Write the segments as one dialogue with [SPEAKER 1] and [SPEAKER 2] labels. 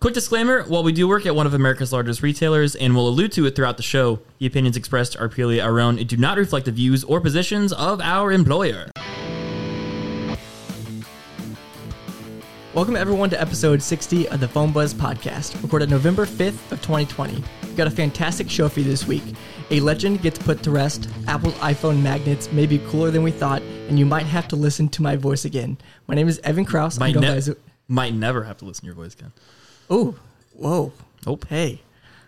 [SPEAKER 1] Quick disclaimer while we do work at one of America's largest retailers and will allude to it throughout the show, the opinions expressed are purely our own and do not reflect the views or positions of our employer.
[SPEAKER 2] Welcome everyone to episode 60 of the Phone Buzz podcast, recorded November 5th of 2020. We've got a fantastic show for you this week. A legend gets put to rest, Apple's iPhone magnets may be cooler than we thought, and you might have to listen to my voice again. My name is Evan Kraus.
[SPEAKER 1] Might,
[SPEAKER 2] going
[SPEAKER 1] ne-
[SPEAKER 2] by Zo-
[SPEAKER 1] might never have to listen to your voice again.
[SPEAKER 2] Oh, whoa.
[SPEAKER 1] Nope.
[SPEAKER 2] Hey.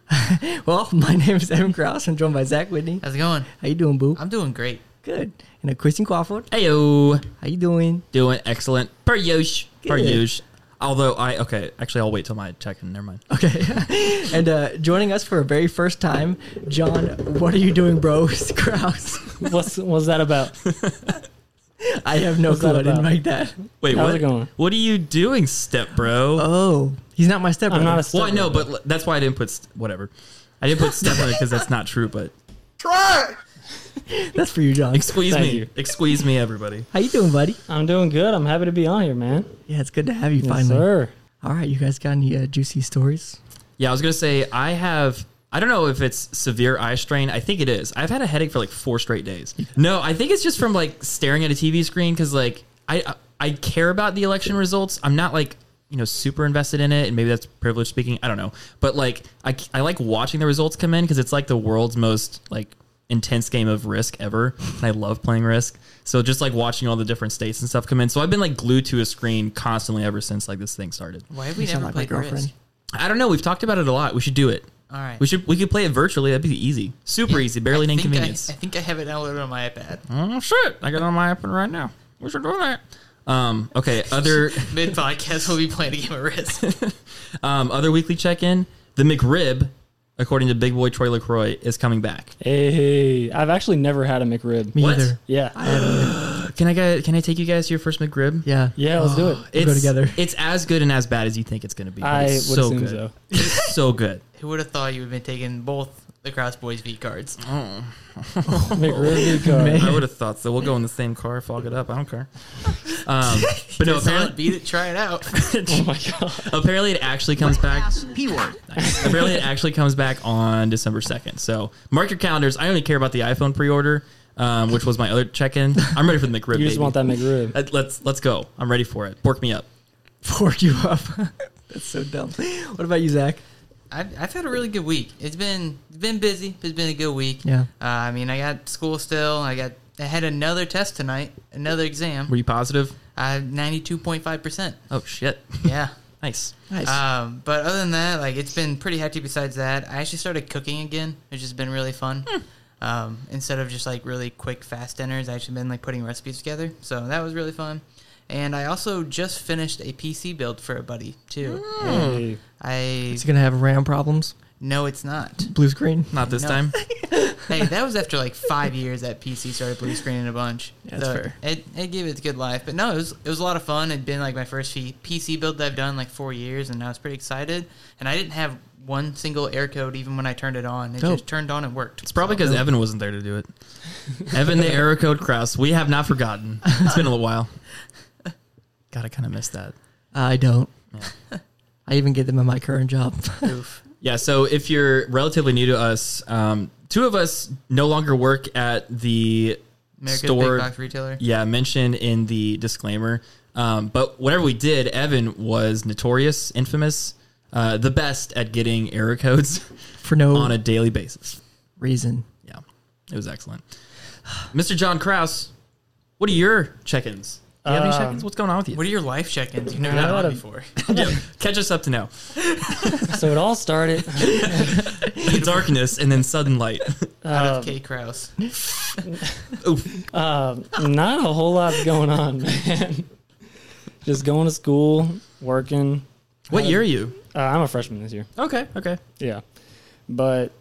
[SPEAKER 2] well, my name is Evan Kraus. I'm joined by Zach Whitney.
[SPEAKER 3] How's it going?
[SPEAKER 2] How you doing, boo?
[SPEAKER 3] I'm doing great.
[SPEAKER 2] Good. And a Kristen Crawford.
[SPEAKER 1] Heyo.
[SPEAKER 2] How you doing?
[SPEAKER 1] Doing excellent. Per usual. Per
[SPEAKER 2] Good.
[SPEAKER 1] usual. Although I, okay, actually, I'll wait till my check in. Never mind.
[SPEAKER 2] Okay. and uh, joining us for a very first time, John, what are you doing, bro? Kraus.
[SPEAKER 4] What's what's that about?
[SPEAKER 2] I have no
[SPEAKER 4] What's
[SPEAKER 2] clue.
[SPEAKER 4] that
[SPEAKER 2] I didn't
[SPEAKER 4] about?
[SPEAKER 2] make that.
[SPEAKER 1] Wait,
[SPEAKER 4] How's
[SPEAKER 1] what?
[SPEAKER 4] it going?
[SPEAKER 1] What are you doing, step bro?
[SPEAKER 2] Oh, he's not my stepbrother.
[SPEAKER 4] I'm not a
[SPEAKER 1] well, I
[SPEAKER 4] step-
[SPEAKER 1] know, but l- that's why I didn't put, st- whatever. I didn't put step on it because that's not true, but
[SPEAKER 2] That's for you, John.
[SPEAKER 1] excuse
[SPEAKER 4] Thank
[SPEAKER 1] me.
[SPEAKER 4] you.
[SPEAKER 1] Excuse me, everybody.
[SPEAKER 2] How you doing, buddy?
[SPEAKER 4] I'm doing good. I'm happy to be on here, man.
[SPEAKER 2] Yeah, it's good to have you
[SPEAKER 4] Yes,
[SPEAKER 2] finally.
[SPEAKER 4] sir.
[SPEAKER 2] All right, you guys got any uh, juicy stories?
[SPEAKER 1] Yeah, I was gonna say I have. I don't know if it's severe eye strain. I think it is. I've had a headache for like four straight days. No, I think it's just from like staring at a TV screen because like I I I care about the election results. I'm not like you know super invested in it, and maybe that's privilege speaking. I don't know, but like I I like watching the results come in because it's like the world's most like intense game of risk ever and i love playing risk so just like watching all the different states and stuff come in so i've been like glued to a screen constantly ever since like this thing started
[SPEAKER 3] Why have we
[SPEAKER 2] sound
[SPEAKER 3] never
[SPEAKER 2] like my
[SPEAKER 3] played
[SPEAKER 2] girlfriend.
[SPEAKER 3] Risk?
[SPEAKER 1] I don't know. We've talked about it a lot. We should do it.
[SPEAKER 3] All right.
[SPEAKER 1] We should. We could play it virtually. That'd be easy. Super easy. Barely an
[SPEAKER 3] I think
[SPEAKER 1] inconvenience.
[SPEAKER 3] I, I think I have it downloaded on my iPad.
[SPEAKER 1] oh shit! I got it on my iPad right now. We should do that. Um. Okay. Other.
[SPEAKER 3] Mid podcast, we'll be playing a game of Risk.
[SPEAKER 1] um. Other weekly check in. The McRib, according to Big Boy Troy Lacroix, is coming back.
[SPEAKER 4] Hey, I've actually never had a McRib.
[SPEAKER 2] Me
[SPEAKER 1] What?
[SPEAKER 2] either.
[SPEAKER 4] Yeah,
[SPEAKER 1] Can I go, Can I take you guys to your first McRib?
[SPEAKER 2] Yeah.
[SPEAKER 4] yeah. Let's do it.
[SPEAKER 1] It's,
[SPEAKER 2] go together.
[SPEAKER 1] It's as good and as bad as you think it's going to be. but
[SPEAKER 4] I would
[SPEAKER 1] Oh, it's so
[SPEAKER 4] assume
[SPEAKER 1] good.
[SPEAKER 4] so.
[SPEAKER 1] It's so good.
[SPEAKER 3] Who would have thought you would have been taking both the Cross Boys V cards?
[SPEAKER 4] McRib because
[SPEAKER 1] I would have thought so. We'll go in the same car, fog it up. I don't care. Um, but no,
[SPEAKER 3] If someone
[SPEAKER 1] apparently,
[SPEAKER 3] beat it, try it out.
[SPEAKER 4] oh my god,
[SPEAKER 1] apparently it actually comes back. Nice. Apparently, it actually comes back on December 2nd. So mark your calendars. I only care about the iPhone pre-order, um, which was my other check-in. I'm ready for the McRib.
[SPEAKER 4] you just
[SPEAKER 1] baby.
[SPEAKER 4] want that McRib.
[SPEAKER 1] Uh, Let's let's go. I'm ready for it. Fork me up.
[SPEAKER 2] Fork you up. That's so dumb. What about you, Zach?
[SPEAKER 3] I've, I've had a really good week. It's been been busy. It's been a good week.
[SPEAKER 2] Yeah.
[SPEAKER 3] Uh, I mean, I got school still. I got I had another test tonight, another exam.
[SPEAKER 1] Were you positive?
[SPEAKER 3] I have ninety two point five percent.
[SPEAKER 1] Oh shit.
[SPEAKER 3] Yeah.
[SPEAKER 1] Nice.
[SPEAKER 2] Nice.
[SPEAKER 3] Um, but other than that, like it's been pretty hectic. Besides that, I actually started cooking again, which has been really fun. Um, instead of just like really quick fast dinners, I actually been like putting recipes together, so that was really fun. And I also just finished a PC build for a buddy too.
[SPEAKER 4] Hey,
[SPEAKER 3] I
[SPEAKER 2] Is he gonna have RAM problems?
[SPEAKER 3] no, it's not.
[SPEAKER 2] Blue screen.
[SPEAKER 1] Not this
[SPEAKER 3] No.
[SPEAKER 1] time.
[SPEAKER 3] hey, that was after like five years that PC started blue screening a bunch.
[SPEAKER 2] Yeah, that's fair.
[SPEAKER 3] It, it gave it a good life, but no, it was it was a lot of fun. It'd been like my first P- PC build that I've done in, like four years, and I was pretty excited. And I didn't have one single air code even when I turned it on. It
[SPEAKER 2] Dope.
[SPEAKER 3] just turned on and worked.
[SPEAKER 1] It's probably because Evan wasn't there to do it. Evan the error code Kraus. We have not forgotten. It's been a little while. God, I kind of missed that.
[SPEAKER 2] Uh, I don't.
[SPEAKER 1] Yeah.
[SPEAKER 2] I even get them at my current job.
[SPEAKER 3] Oof.
[SPEAKER 1] Yeah, so if you're relatively new to us, um, two of us no longer work at the
[SPEAKER 3] America's
[SPEAKER 1] store.
[SPEAKER 3] big box retailer.
[SPEAKER 1] yeah mentioned in the disclaimer um, but whatever we did evan was notorious infamous uh, the best at getting error codes
[SPEAKER 2] For no
[SPEAKER 1] on a daily basis
[SPEAKER 2] reason.
[SPEAKER 1] yeah it was excellent mr john kraus what are your check-ins do you have any
[SPEAKER 4] Um,
[SPEAKER 1] check-ins what's going on with you
[SPEAKER 3] What are your life check-ins? You've never
[SPEAKER 4] Yeah,
[SPEAKER 3] done
[SPEAKER 4] a lot
[SPEAKER 3] one
[SPEAKER 4] of-
[SPEAKER 3] before.
[SPEAKER 1] Yeah, catch us up to now
[SPEAKER 4] so it all started.
[SPEAKER 1] darkness and then sudden light
[SPEAKER 3] Out of K. Kraus.
[SPEAKER 4] Um, not a whole lot's going on, man. Just going to school, working.
[SPEAKER 1] what year are you
[SPEAKER 4] Uh, I'm a freshman this year.
[SPEAKER 1] okay okay
[SPEAKER 4] Yeah, but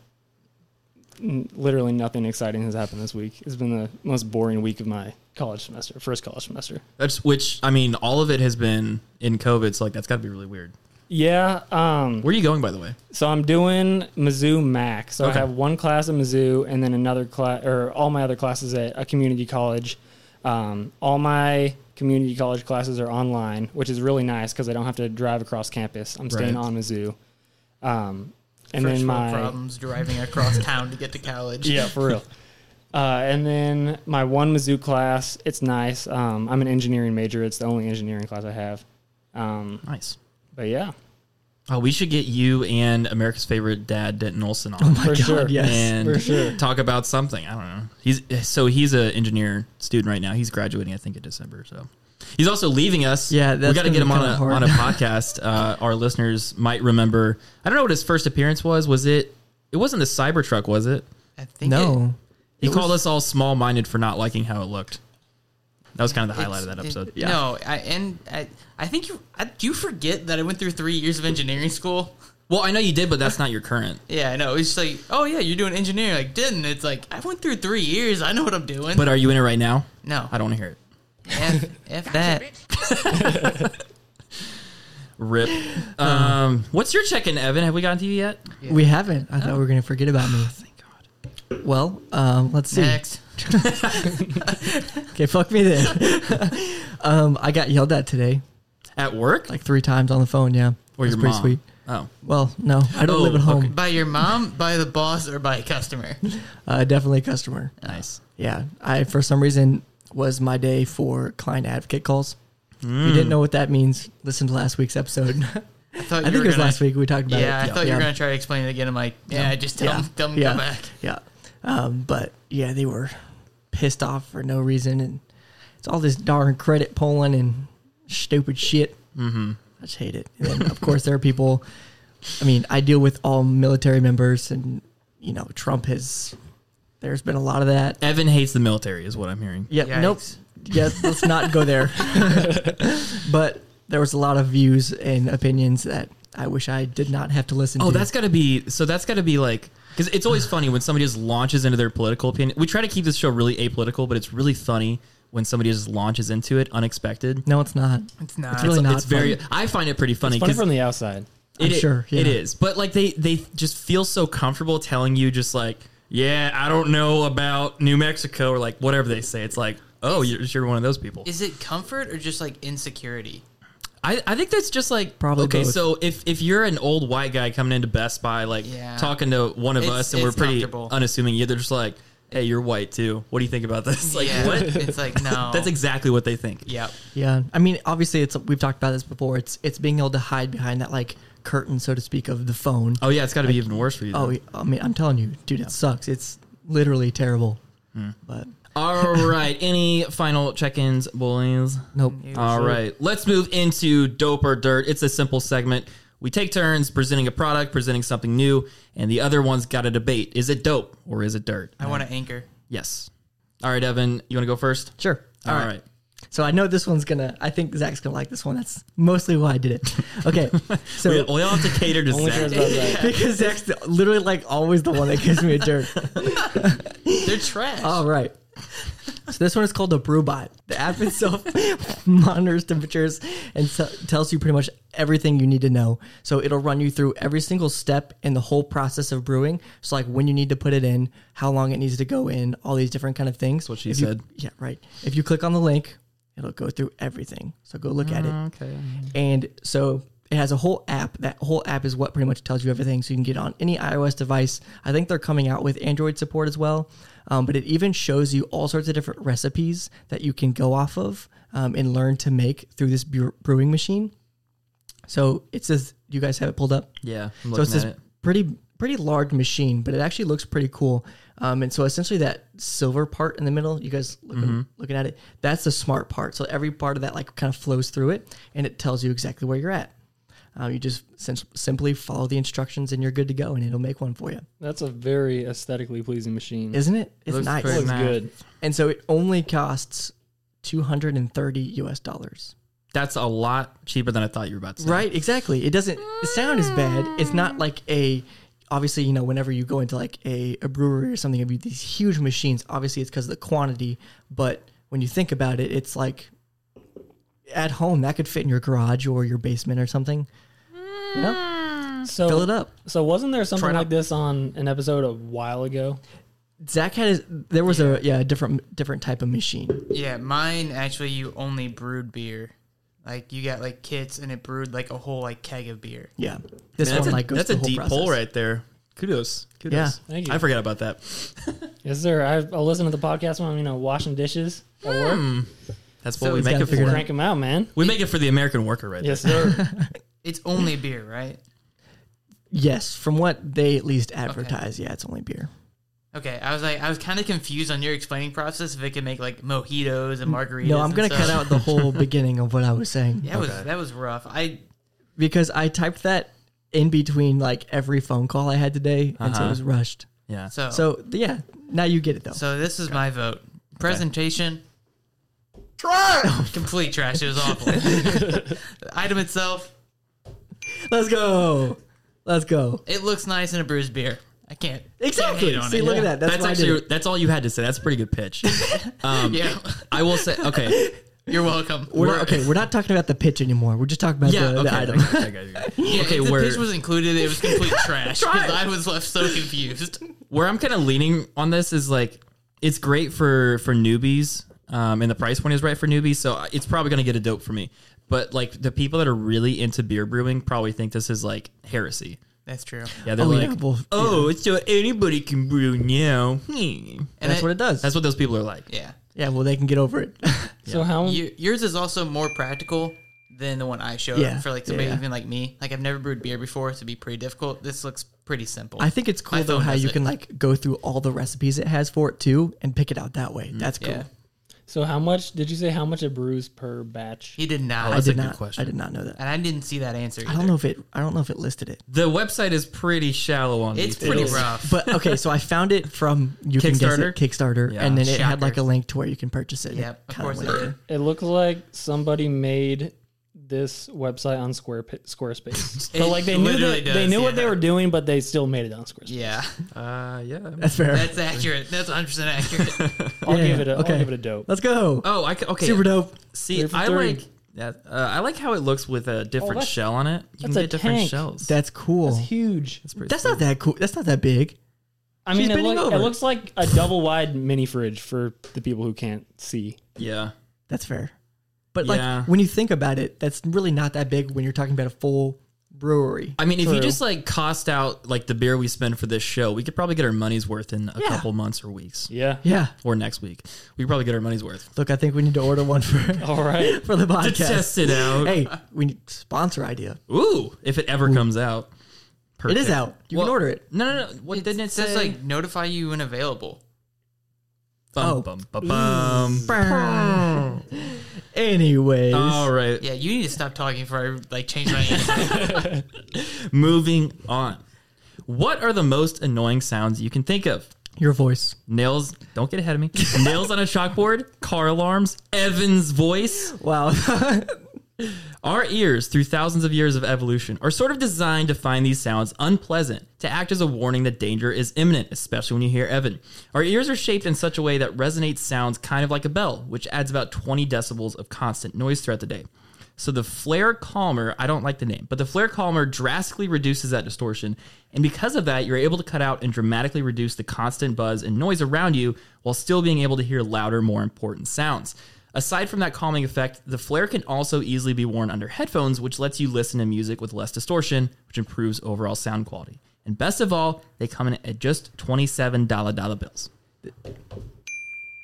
[SPEAKER 4] n- literally nothing exciting has happened this week. It's been the most boring week of my college semester, first college semester.
[SPEAKER 1] that's which i mean all of it has been in covid so like that's got to be really weird
[SPEAKER 4] Yeah. Um.
[SPEAKER 1] where are you going by the way
[SPEAKER 4] So I'm doing Mizzou Mac. So
[SPEAKER 1] Okay.
[SPEAKER 4] I have one class at Mizzou, and then another class, or all my other classes at a community college. Um, all my community college classes are online, which is really nice because I don't have to drive across campus. I'm staying
[SPEAKER 1] Right.
[SPEAKER 4] on Mizzou. Um, and
[SPEAKER 3] First
[SPEAKER 4] then my
[SPEAKER 3] world problems driving across town to get to college.
[SPEAKER 4] yeah, for real. Uh, and then my one Mizzou class, it's nice. Um, I'm an engineering major. It's the only engineering class I have. Um,
[SPEAKER 1] Nice.
[SPEAKER 4] but yeah,
[SPEAKER 1] Oh, we should get you and America's favorite dad, Denton Olson, on
[SPEAKER 4] for sure.
[SPEAKER 2] Oh yes.
[SPEAKER 1] and
[SPEAKER 4] for sure.
[SPEAKER 1] talk about something. I don't know. He's so he's an engineer student right now. He's graduating, I think, in December. So he's also leaving us.
[SPEAKER 2] Yeah, that's
[SPEAKER 1] we got to
[SPEAKER 2] gonna
[SPEAKER 1] get him
[SPEAKER 2] be
[SPEAKER 1] on
[SPEAKER 2] kinda
[SPEAKER 1] a
[SPEAKER 2] hard.
[SPEAKER 1] on a podcast. Uh, our listeners might remember. I don't know what his first appearance was. Was it? It wasn't the Cybertruck, was it?
[SPEAKER 3] I think
[SPEAKER 2] No.
[SPEAKER 1] He
[SPEAKER 2] It
[SPEAKER 1] called
[SPEAKER 2] was-
[SPEAKER 1] us all small minded for not liking how it looked. That was kind of the highlight of
[SPEAKER 3] It's-
[SPEAKER 1] that
[SPEAKER 3] it-
[SPEAKER 1] episode.
[SPEAKER 3] No, I, and I, I think you. I, do you forget that I went through three years of engineering school?
[SPEAKER 1] Well, I know you did, but that's not your current.
[SPEAKER 3] Yeah, I know. It's just like, oh yeah, you're doing engineering. Like, didn't it's like I went through three years. I know what I'm doing.
[SPEAKER 1] But are you in it right now?
[SPEAKER 3] no,
[SPEAKER 1] I don't want to hear it.
[SPEAKER 3] F, F that.
[SPEAKER 1] Rip.
[SPEAKER 2] Uh-huh.
[SPEAKER 1] Um, what's your check in, Evan? Have we gotten to you yet?
[SPEAKER 2] We haven't. I thought we were going to forget about me.
[SPEAKER 1] Thank God.
[SPEAKER 2] Well, um, let's see.
[SPEAKER 3] Next,
[SPEAKER 2] Okay, fuck me then. um, I got yelled at today
[SPEAKER 1] At work?
[SPEAKER 2] like three times on the phone. Yeah,
[SPEAKER 1] or
[SPEAKER 2] It's
[SPEAKER 1] your
[SPEAKER 2] pretty
[SPEAKER 1] mom?
[SPEAKER 2] sweet.
[SPEAKER 1] Oh,
[SPEAKER 2] Well, no, I don't
[SPEAKER 1] Oh,
[SPEAKER 2] live at home.
[SPEAKER 1] okay.
[SPEAKER 3] by your mom, by the boss, or by a customer.
[SPEAKER 2] Uh, definitely a customer.
[SPEAKER 1] nice.
[SPEAKER 2] Yeah, I for some reason was my day for client advocate calls. If you didn't know what that means, listen to last week's episode.
[SPEAKER 3] I,
[SPEAKER 2] I
[SPEAKER 3] thought Hmm. you
[SPEAKER 2] think
[SPEAKER 3] were
[SPEAKER 2] it was
[SPEAKER 3] gonna-
[SPEAKER 2] last week we talked about
[SPEAKER 3] Yeah,
[SPEAKER 2] it.
[SPEAKER 3] I thought you were gonna try to explain it again. I'm like, yeah, just tell them, tell them to
[SPEAKER 2] yeah,
[SPEAKER 3] come back.
[SPEAKER 2] Yeah. Um, but yeah, they were pissed off for no reason, and it's all this darn credit pulling and stupid shit. Mm-hmm. I just hate it. And then, of course, there are people. I mean, I deal with all military members, and you know, Trump has. There's been a lot of that.
[SPEAKER 1] Evan hates the military, is what I'm hearing.
[SPEAKER 2] Yep. Nope.
[SPEAKER 3] Yikes.
[SPEAKER 2] Yes. Let's not go there. but there was a lot of views and opinions that I wish I did not have to listen
[SPEAKER 1] Oh,
[SPEAKER 2] to.
[SPEAKER 1] that's got to be so. That's got to be like because it's always funny when somebody just launches into their political opinion. We try to keep this show really apolitical, but it's really funny when somebody just launches into it unexpected.
[SPEAKER 2] no, it's not.
[SPEAKER 3] It's not.
[SPEAKER 2] really
[SPEAKER 1] it's,
[SPEAKER 2] not
[SPEAKER 1] it's very. I find it pretty funny
[SPEAKER 4] Funny
[SPEAKER 1] because
[SPEAKER 4] from the outside.
[SPEAKER 2] I'm
[SPEAKER 1] It i-
[SPEAKER 2] sure, yeah.
[SPEAKER 1] it is. But like they they just feel so comfortable telling you just like, yeah, I don't know about New Mexico or like whatever they say. It's like, oh, you're, you're one of those people.
[SPEAKER 3] Is it comfort or just like insecurity?
[SPEAKER 1] I, I think that's just like
[SPEAKER 2] Probably
[SPEAKER 1] okay.
[SPEAKER 2] both.
[SPEAKER 1] So if if you're an old white guy coming into Best Buy, like
[SPEAKER 3] Yeah.
[SPEAKER 1] talking to one of
[SPEAKER 3] It's-
[SPEAKER 1] us, and we're
[SPEAKER 3] it's
[SPEAKER 1] pretty
[SPEAKER 3] comfortable.
[SPEAKER 1] unassuming. Yeah, they're just like, hey, you're white too. What do you think about this? Like,
[SPEAKER 3] yeah,
[SPEAKER 1] what?
[SPEAKER 3] it's like no.
[SPEAKER 1] that's exactly what they think.
[SPEAKER 3] Yep.
[SPEAKER 2] Yeah, I mean, obviously, it's we've talked about this before. It's it's being able to hide behind that like curtain, so to speak, of the phone.
[SPEAKER 1] Oh yeah, it's got to be even worse for you.
[SPEAKER 2] Oh,
[SPEAKER 1] then.
[SPEAKER 2] I mean, I'm telling you, dude, it sucks. It's literally terrible.
[SPEAKER 1] Hmm.
[SPEAKER 2] But
[SPEAKER 1] All right. Any final check-ins, boys?
[SPEAKER 2] nope.
[SPEAKER 1] All right, let's move into dope or dirt. It's a simple segment. We take turns presenting a product, presenting something new, and the other one's got a debate. Is it dope or is it dirt?
[SPEAKER 3] I want to anchor.
[SPEAKER 1] Yes. All right, Evan, you want to go first?
[SPEAKER 2] Sure.
[SPEAKER 1] All right.
[SPEAKER 2] So I know this one's gonna. I think Zach's gonna like this one. That's mostly why I did it. Okay. So
[SPEAKER 1] We, we all have to cater to
[SPEAKER 4] Only cares
[SPEAKER 1] Zach.
[SPEAKER 4] about that.
[SPEAKER 2] because Zach's the- literally like always the one that gives me a jerk.
[SPEAKER 3] They're trash.
[SPEAKER 2] All right. So this one is called a brewbot. The app itself monitors temperatures and so- tells you pretty much everything you need to know. So it'll run you through every single step in the whole process of brewing. So like when you need to put it in, how long it needs to go in, all these different kind of things.
[SPEAKER 1] what she
[SPEAKER 2] If you-
[SPEAKER 1] said.
[SPEAKER 2] yeah, right. If you click on the link, it'll go through everything. So go look at it.
[SPEAKER 1] Okay.
[SPEAKER 2] And so it has a whole app. That whole app is what pretty much tells you everything. So you can get on any iOS device. I think they're coming out with Android support as well. Um, but it even shows you all sorts of different recipes that you can go off of um, and learn to make through this brew- brewing machine. So it says, do you guys have it pulled up?
[SPEAKER 1] Yeah. I'm
[SPEAKER 2] so
[SPEAKER 1] looking
[SPEAKER 2] it's this
[SPEAKER 1] at it.
[SPEAKER 2] pretty pretty large machine, but it actually looks pretty cool. Um, and so essentially that silver part in the middle, you guys looking,
[SPEAKER 1] Mm-hmm.
[SPEAKER 2] looking at it, that's the smart part. So every part of that like kind of flows through it, and it tells you exactly where you're at. Uh, you just sim- simply follow the instructions, and you're good to go, and it'll make one for you,
[SPEAKER 4] That's a very aesthetically pleasing machine.
[SPEAKER 2] isn't it? It's
[SPEAKER 1] Looks
[SPEAKER 2] nice.
[SPEAKER 1] pretty
[SPEAKER 4] looks
[SPEAKER 1] nice.
[SPEAKER 4] good.
[SPEAKER 2] And so it only costs two hundred and thirty U.S. dollars.
[SPEAKER 1] That's a lot cheaper than I thought you were about to say.
[SPEAKER 2] Right, exactly. It doesn't it sound as bad. It's not
[SPEAKER 1] Mm.
[SPEAKER 2] like a obviously, you know, whenever you go into like a, a brewery or something, it'd be these huge machines. Obviously it's because of the quantity, but when you think about it, it's like at home that could fit in your garage or your basement or something. You know?
[SPEAKER 4] So
[SPEAKER 2] Fill it up.
[SPEAKER 4] So wasn't there something
[SPEAKER 1] Try not-
[SPEAKER 4] like this on an episode a while ago?
[SPEAKER 2] Zach had his, there was a yeah a different different type of machine.
[SPEAKER 3] Yeah, mine actually you only brewed beer. Like you got like kits and it brewed like a whole like keg of beer.
[SPEAKER 2] Yeah, this
[SPEAKER 1] Man, that's
[SPEAKER 2] one
[SPEAKER 1] a,
[SPEAKER 2] like goes
[SPEAKER 1] that's a
[SPEAKER 2] through the whole
[SPEAKER 1] deep
[SPEAKER 2] process.
[SPEAKER 1] hole right there. Kudos. Kudos.
[SPEAKER 2] Yeah.
[SPEAKER 4] Thank you.
[SPEAKER 1] I forgot about that.
[SPEAKER 4] Yes, sir. I, I'll listen to the podcast when I'm, you know, washing dishes at work.
[SPEAKER 1] Hmm. That's what
[SPEAKER 3] So
[SPEAKER 1] we
[SPEAKER 3] he's
[SPEAKER 1] make
[SPEAKER 2] gotta
[SPEAKER 1] it
[SPEAKER 2] figure it
[SPEAKER 1] for.
[SPEAKER 4] Crank them out, man.
[SPEAKER 1] We make it for the American worker right
[SPEAKER 4] Yes, sir.
[SPEAKER 3] It's only beer, right?
[SPEAKER 2] Yes, from what they at least advertise. Yeah, it's only beer.
[SPEAKER 3] Okay, I was like I was kind of confused on your explaining process if it could make like mojitos and margaritas.
[SPEAKER 2] No, I'm
[SPEAKER 3] and
[SPEAKER 2] gonna
[SPEAKER 3] stuff.
[SPEAKER 2] cut out the whole beginning of what I was saying
[SPEAKER 3] That was that was rough. I
[SPEAKER 2] because I typed that in between like every phone call I had today, and so it
[SPEAKER 1] Uh-huh.
[SPEAKER 2] was rushed.
[SPEAKER 1] there. Yeah.
[SPEAKER 3] so so,
[SPEAKER 2] So th- yeah, now you get it though.
[SPEAKER 3] this is my vote. Presentation trash. Complete trash. It was awful. The item itself,
[SPEAKER 2] Let's go. Let's go.
[SPEAKER 3] it looks nice in a bruised beer. I can't
[SPEAKER 2] Exactly.
[SPEAKER 3] Can't hate on
[SPEAKER 2] See,
[SPEAKER 3] it.
[SPEAKER 2] look
[SPEAKER 4] Yeah.
[SPEAKER 2] at that. That's,
[SPEAKER 1] That's
[SPEAKER 2] why I
[SPEAKER 1] actually
[SPEAKER 2] did it.
[SPEAKER 1] that's all you had to say. That's a pretty good pitch. Um,
[SPEAKER 3] Yeah,
[SPEAKER 1] I will say okay.
[SPEAKER 3] you're welcome.
[SPEAKER 2] We're, okay, we're not talking about the pitch anymore. We're just talking about
[SPEAKER 1] Yeah,
[SPEAKER 2] the,
[SPEAKER 1] okay.
[SPEAKER 2] the item.
[SPEAKER 1] okay, okay, okay.
[SPEAKER 3] Yeah,
[SPEAKER 1] Okay,
[SPEAKER 3] if the
[SPEAKER 1] word.
[SPEAKER 3] pitch was included, it was complete trash because I was left so confused.
[SPEAKER 1] where I'm kind of leaning on this is like it's great for for newbies, um, and the price point is right for newbies, so it's probably gonna get a dope for me. But like the people that are really into beer brewing probably think this is like heresy.
[SPEAKER 3] That's true.
[SPEAKER 1] Yeah, they're
[SPEAKER 2] Oh,
[SPEAKER 1] like,
[SPEAKER 2] yeah, well, yeah.
[SPEAKER 1] oh, it's so anybody can brew now. Hmm.
[SPEAKER 3] And
[SPEAKER 2] That's what it does.
[SPEAKER 1] That's what those people are like.
[SPEAKER 3] Yeah,
[SPEAKER 2] yeah, well, they can get over it.
[SPEAKER 4] So how?
[SPEAKER 3] you, yours is also more practical than the one I showed
[SPEAKER 2] Yeah,
[SPEAKER 3] for like somebody
[SPEAKER 2] yeah.
[SPEAKER 3] even like me. Like I've never brewed beer before, so it'd be pretty difficult. This looks pretty simple.
[SPEAKER 2] I think it's cool
[SPEAKER 3] My
[SPEAKER 2] though
[SPEAKER 3] phone
[SPEAKER 2] how
[SPEAKER 3] does
[SPEAKER 2] you
[SPEAKER 3] it.
[SPEAKER 2] can like go through all the recipes it has for it too and pick it out that way.
[SPEAKER 1] Mm,
[SPEAKER 2] That's cool.
[SPEAKER 3] yeah.
[SPEAKER 4] So how much? Did you say how much it brews per batch?
[SPEAKER 3] he did not,
[SPEAKER 1] I
[SPEAKER 2] I
[SPEAKER 1] That's a
[SPEAKER 2] did
[SPEAKER 1] good
[SPEAKER 2] not.
[SPEAKER 1] question.
[SPEAKER 2] I did not know that.
[SPEAKER 3] and I didn't see that answer. Either.
[SPEAKER 2] I don't know if it. I don't know if it listed it.
[SPEAKER 1] The website is pretty shallow on
[SPEAKER 3] It's
[SPEAKER 1] these
[SPEAKER 3] pretty
[SPEAKER 1] things.
[SPEAKER 3] rough.
[SPEAKER 2] But okay, so I found it from you can guess it, Kickstarter,
[SPEAKER 1] Yeah.
[SPEAKER 2] and then it had
[SPEAKER 3] Shocker.
[SPEAKER 2] like a link to where you can purchase it. and
[SPEAKER 3] Yep,
[SPEAKER 2] it
[SPEAKER 3] of
[SPEAKER 2] kinda
[SPEAKER 3] course it
[SPEAKER 2] went there.
[SPEAKER 3] did.
[SPEAKER 4] It looked like somebody made this website on Square Squarespace.
[SPEAKER 3] It
[SPEAKER 4] but like they knew
[SPEAKER 3] literally
[SPEAKER 4] that, they
[SPEAKER 3] does,
[SPEAKER 4] knew what
[SPEAKER 3] yeah.
[SPEAKER 4] they were doing, but they still made it on Squarespace.
[SPEAKER 3] Yeah,
[SPEAKER 1] Uh, yeah.
[SPEAKER 2] That's fair.
[SPEAKER 3] that's accurate. That's 100 percent accurate.
[SPEAKER 4] I'll
[SPEAKER 2] Yeah,
[SPEAKER 4] give it. A,
[SPEAKER 2] okay.
[SPEAKER 4] I'll give it a dope.
[SPEAKER 2] Let's go.
[SPEAKER 1] Oh, I c okay.
[SPEAKER 2] Super dope.
[SPEAKER 1] See,
[SPEAKER 4] Three for
[SPEAKER 1] I
[SPEAKER 4] three.
[SPEAKER 1] like that. Uh, I like how it looks with a different
[SPEAKER 4] that's-
[SPEAKER 1] shell on it. You can
[SPEAKER 4] that's a
[SPEAKER 1] get different
[SPEAKER 4] tank.
[SPEAKER 1] shells.
[SPEAKER 2] That's cool.
[SPEAKER 4] It's
[SPEAKER 2] That's,
[SPEAKER 4] huge.
[SPEAKER 1] pretty
[SPEAKER 2] not that cool. That's not that big.
[SPEAKER 4] I
[SPEAKER 2] She's
[SPEAKER 4] mean, it,
[SPEAKER 2] bending
[SPEAKER 4] look,
[SPEAKER 2] over.
[SPEAKER 4] it looks like a double wide mini fridge for the people who can't see.
[SPEAKER 1] Yeah.
[SPEAKER 2] That's fair. But
[SPEAKER 1] Yeah.
[SPEAKER 2] like when you think about it, that's really not that big when you're talking about a full brewery.
[SPEAKER 1] I mean, if you
[SPEAKER 4] True.
[SPEAKER 1] just like cost out like the beer we spend for this show, we could probably get our money's worth in a
[SPEAKER 2] Yeah.
[SPEAKER 1] couple months or weeks
[SPEAKER 4] Yeah.
[SPEAKER 2] Yeah.
[SPEAKER 1] or next week. We could probably get our money's worth.
[SPEAKER 2] Look, I think we need to order one for
[SPEAKER 4] All right.
[SPEAKER 2] for the
[SPEAKER 1] To
[SPEAKER 2] podcast.
[SPEAKER 1] test it out.
[SPEAKER 2] Hey, we need sponsor idea.
[SPEAKER 1] Ooh, if it ever comes out.
[SPEAKER 2] It is
[SPEAKER 1] Perfect.
[SPEAKER 2] out. You
[SPEAKER 1] Well,
[SPEAKER 2] can order it.
[SPEAKER 1] No, no, no. What didn't it
[SPEAKER 3] It says
[SPEAKER 1] say?
[SPEAKER 3] like notify you when available.
[SPEAKER 1] bum,
[SPEAKER 2] oh.
[SPEAKER 1] bum, bum, bum.
[SPEAKER 2] Anyways,
[SPEAKER 1] All right,
[SPEAKER 3] Yeah, you need to stop talking before I like change my answer.
[SPEAKER 1] moving on. What are the most annoying sounds you can think of?
[SPEAKER 2] your voice.
[SPEAKER 1] Nails, don't get ahead of me. Nails on a chalkboard, car alarms, Evan's voice.
[SPEAKER 2] Wow.
[SPEAKER 1] Our ears, through thousands of years of evolution, are sort of designed to find these sounds unpleasant, to act as a warning that danger is imminent, especially when you hear Evan. Our ears are shaped in such a way that resonates sounds kind of like a bell, which adds about 20 decibels of constant noise throughout the day. So the flare calmer, I don't like the name, but the flare calmer drastically reduces that distortion. And because of that, you're able to cut out and dramatically reduce the constant buzz and noise around you while still being able to hear louder, more important sounds. Aside from that calming effect, the flare can also easily be worn under headphones, which lets you listen to music with less distortion, which improves overall sound quality. And best of all, they come in at just $27 dollar bills.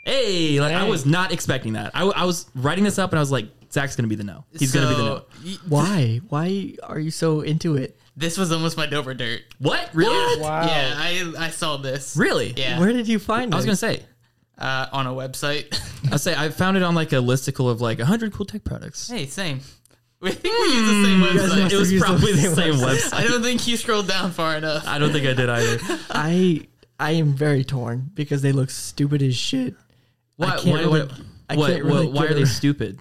[SPEAKER 1] Hey, like I
[SPEAKER 4] Hey.
[SPEAKER 1] was not expecting that. I, I was writing this up and I was like, Zach's gonna be the no. He's gonna be the no.
[SPEAKER 3] So, y-
[SPEAKER 2] Why? Why are you so into it?
[SPEAKER 3] This was almost my Dover dirt.
[SPEAKER 1] What? Really?
[SPEAKER 4] Wow.
[SPEAKER 3] Yeah, I I saw this.
[SPEAKER 1] Really?
[SPEAKER 3] Yeah.
[SPEAKER 2] Where did you find
[SPEAKER 1] I was
[SPEAKER 2] it?
[SPEAKER 1] gonna say.
[SPEAKER 3] uh, on a website.
[SPEAKER 1] I say I found it on like a listicle of like 100 cool tech products.
[SPEAKER 3] hey, same. We think we use the
[SPEAKER 1] Hmm.
[SPEAKER 3] same
[SPEAKER 2] must
[SPEAKER 3] website.
[SPEAKER 1] It was
[SPEAKER 2] Use the
[SPEAKER 1] probably the
[SPEAKER 2] same
[SPEAKER 1] same
[SPEAKER 3] I
[SPEAKER 1] website.
[SPEAKER 3] don't think you scrolled down far enough.
[SPEAKER 1] I don't think I did either.
[SPEAKER 2] I I am very torn because they look stupid as shit.
[SPEAKER 1] Why?
[SPEAKER 2] can't
[SPEAKER 1] Why?
[SPEAKER 2] really-
[SPEAKER 1] what-
[SPEAKER 2] I
[SPEAKER 1] what-
[SPEAKER 2] can't really
[SPEAKER 1] what- why
[SPEAKER 2] get
[SPEAKER 1] are they
[SPEAKER 2] around-
[SPEAKER 1] stupid?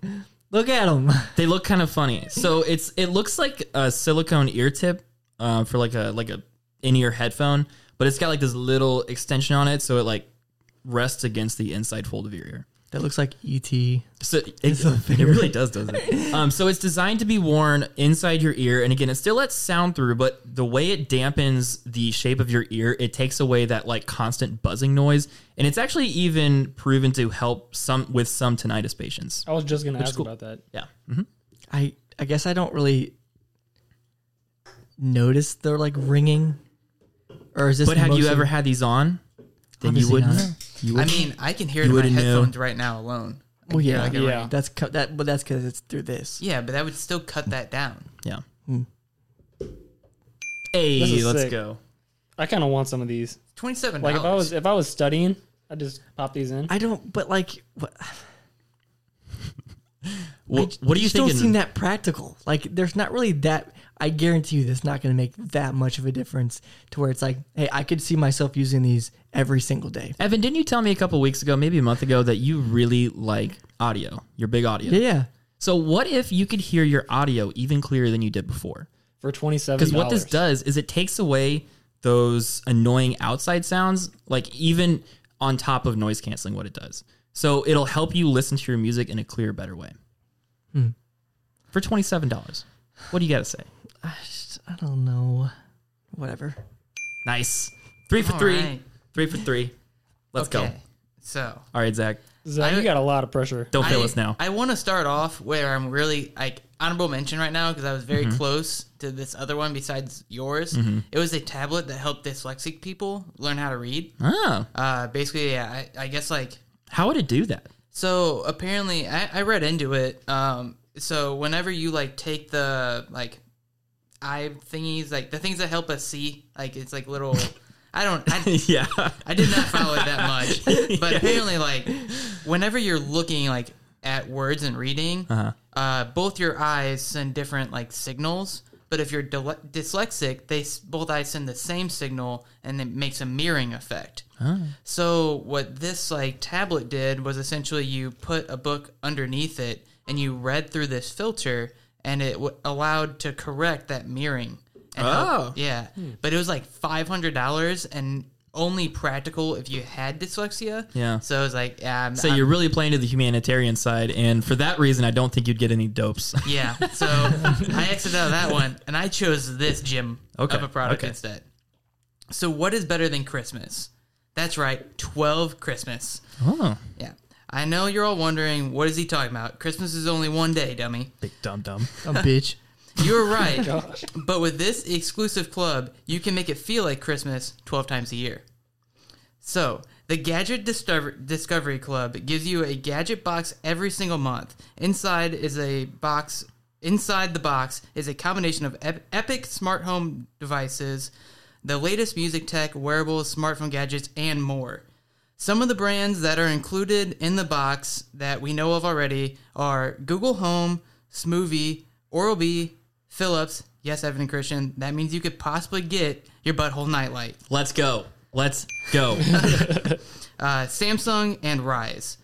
[SPEAKER 2] Look at them.
[SPEAKER 1] They look kind of funny. So it's it looks like a silicone ear tip uh, for like a like a in ear headphone, but it's got like this little extension on it, so it like rests against the inside fold of your ear.
[SPEAKER 2] That looks like E ET.
[SPEAKER 1] So it, it really does, doesn't it? Um, so it's designed to be worn inside your ear, and again, it still lets sound through, but the way it dampens the shape of your ear, it takes away that like constant buzzing noise, and it's actually even proven to help some with some tinnitus patients.
[SPEAKER 4] I was just gonna
[SPEAKER 1] is
[SPEAKER 4] ask
[SPEAKER 1] cool.
[SPEAKER 4] about that.
[SPEAKER 1] Yeah,
[SPEAKER 2] I I guess I don't really notice they're like ringing. Or is this?
[SPEAKER 1] but had you
[SPEAKER 2] mostly-
[SPEAKER 1] ever had these on? Then you
[SPEAKER 2] Obviously
[SPEAKER 1] wouldn't.
[SPEAKER 2] not.
[SPEAKER 1] know. You
[SPEAKER 3] I
[SPEAKER 1] wouldn't.
[SPEAKER 3] mean, I can hear it
[SPEAKER 1] You
[SPEAKER 3] in my
[SPEAKER 1] wouldn't know.
[SPEAKER 3] headphones right now alone. I can
[SPEAKER 2] Well,
[SPEAKER 3] hear,
[SPEAKER 2] yeah.
[SPEAKER 3] like, a
[SPEAKER 4] Yeah.
[SPEAKER 3] ring.
[SPEAKER 2] That's co- that, but that's because it's through this.
[SPEAKER 3] yeah, but that would still cut that down.
[SPEAKER 1] yeah.
[SPEAKER 2] Hmm.
[SPEAKER 1] Hey,
[SPEAKER 4] This is
[SPEAKER 1] let's
[SPEAKER 4] sick.
[SPEAKER 1] go.
[SPEAKER 4] I kind of want some of these.
[SPEAKER 3] Twenty-seven.
[SPEAKER 4] Like if I was if I was studying, I'd just pop these in.
[SPEAKER 2] I don't. But like, what,
[SPEAKER 1] Wha- what do you
[SPEAKER 2] just don't
[SPEAKER 1] think?
[SPEAKER 2] seem that practical. Like, there's not really that. I guarantee you, that's not going to make that much of a difference to where it's like, hey, I could see myself using these every single day.
[SPEAKER 1] Evan, didn't you tell me a couple weeks ago, maybe a month ago, that you really like audio? You're a big audio.
[SPEAKER 2] Yeah, yeah.
[SPEAKER 1] So what if you could hear your audio even clearer than you did before?
[SPEAKER 4] for twenty seven.
[SPEAKER 1] Because what this does is it takes away those annoying outside sounds, like even on top of noise canceling, what it does. So it'll help you listen to your music in a clear, better way.
[SPEAKER 2] Hmm.
[SPEAKER 1] For twenty seven dollars, what do you got to say?
[SPEAKER 2] I, just, I don't know. Whatever.
[SPEAKER 1] Nice, three for
[SPEAKER 3] All
[SPEAKER 1] three,
[SPEAKER 3] right.
[SPEAKER 1] three for three. Let's go.
[SPEAKER 3] So
[SPEAKER 1] All right, Zach,
[SPEAKER 4] Zach,
[SPEAKER 3] I-
[SPEAKER 4] you got a lot of pressure.
[SPEAKER 1] don't fail
[SPEAKER 3] I,
[SPEAKER 1] us now.
[SPEAKER 3] I want to start off where I'm really like honorable mention right now because I was very
[SPEAKER 1] Mm-hmm.
[SPEAKER 3] close to this other one besides yours. It was a tablet that helped dyslexic people learn how to read.
[SPEAKER 1] Ah,
[SPEAKER 3] Uh, basically, yeah, I, I guess like
[SPEAKER 1] how would it do that?
[SPEAKER 3] so apparently, I, I read into it. Um, so whenever you like take the like eye thingies, like the things that help us see, like it's like little. I don't. I,
[SPEAKER 1] yeah,
[SPEAKER 3] I did not follow it that much, but apparently, like whenever you're looking like at words and reading, uh both your eyes send different like signals. But if you're dyle- dyslexic, they s- both eyes send the same signal, and it makes a mirroring effect. So what this like tablet did was essentially you put a book underneath it and you read through this filter and it w- allowed to correct that mirroring. And
[SPEAKER 1] Oh.
[SPEAKER 3] yeah. But it was like $500 and only practical if you had dyslexia.
[SPEAKER 1] Yeah.
[SPEAKER 3] So it was like yeah, I'm,
[SPEAKER 1] So
[SPEAKER 3] I'm-
[SPEAKER 1] you're really playing to the humanitarian side, and for that reason, I don't think you'd get any dopes.
[SPEAKER 3] yeah. So I exited out of that one and I chose this gym
[SPEAKER 1] Okay,
[SPEAKER 3] of a product
[SPEAKER 1] okay.
[SPEAKER 3] instead. So what is better than Christmas? That's right, 12 Christmas.
[SPEAKER 1] oh,
[SPEAKER 3] Yeah. I know you're all wondering, what is he talking about? Christmas is only one day, dummy.
[SPEAKER 1] big dum dum.
[SPEAKER 2] A bitch.
[SPEAKER 3] You were right. but with this exclusive club, you can make it feel like Christmas 12 times a year. So, the Gadget Discover- Discovery Club gives you a gadget box every single month. Inside is a box. Inside the box is a combination of ep- epic smart home devices, the latest music tech, wearables, smartphone gadgets, and more. Some of the brands that are included in the box that we know of already are Google Home, Smoothie, Oral B, Philips. Yes, Evan and Christian, that means you could possibly get your butthole nightlight.
[SPEAKER 1] Let's go. Let's go.
[SPEAKER 3] uh, Samsung and Rise.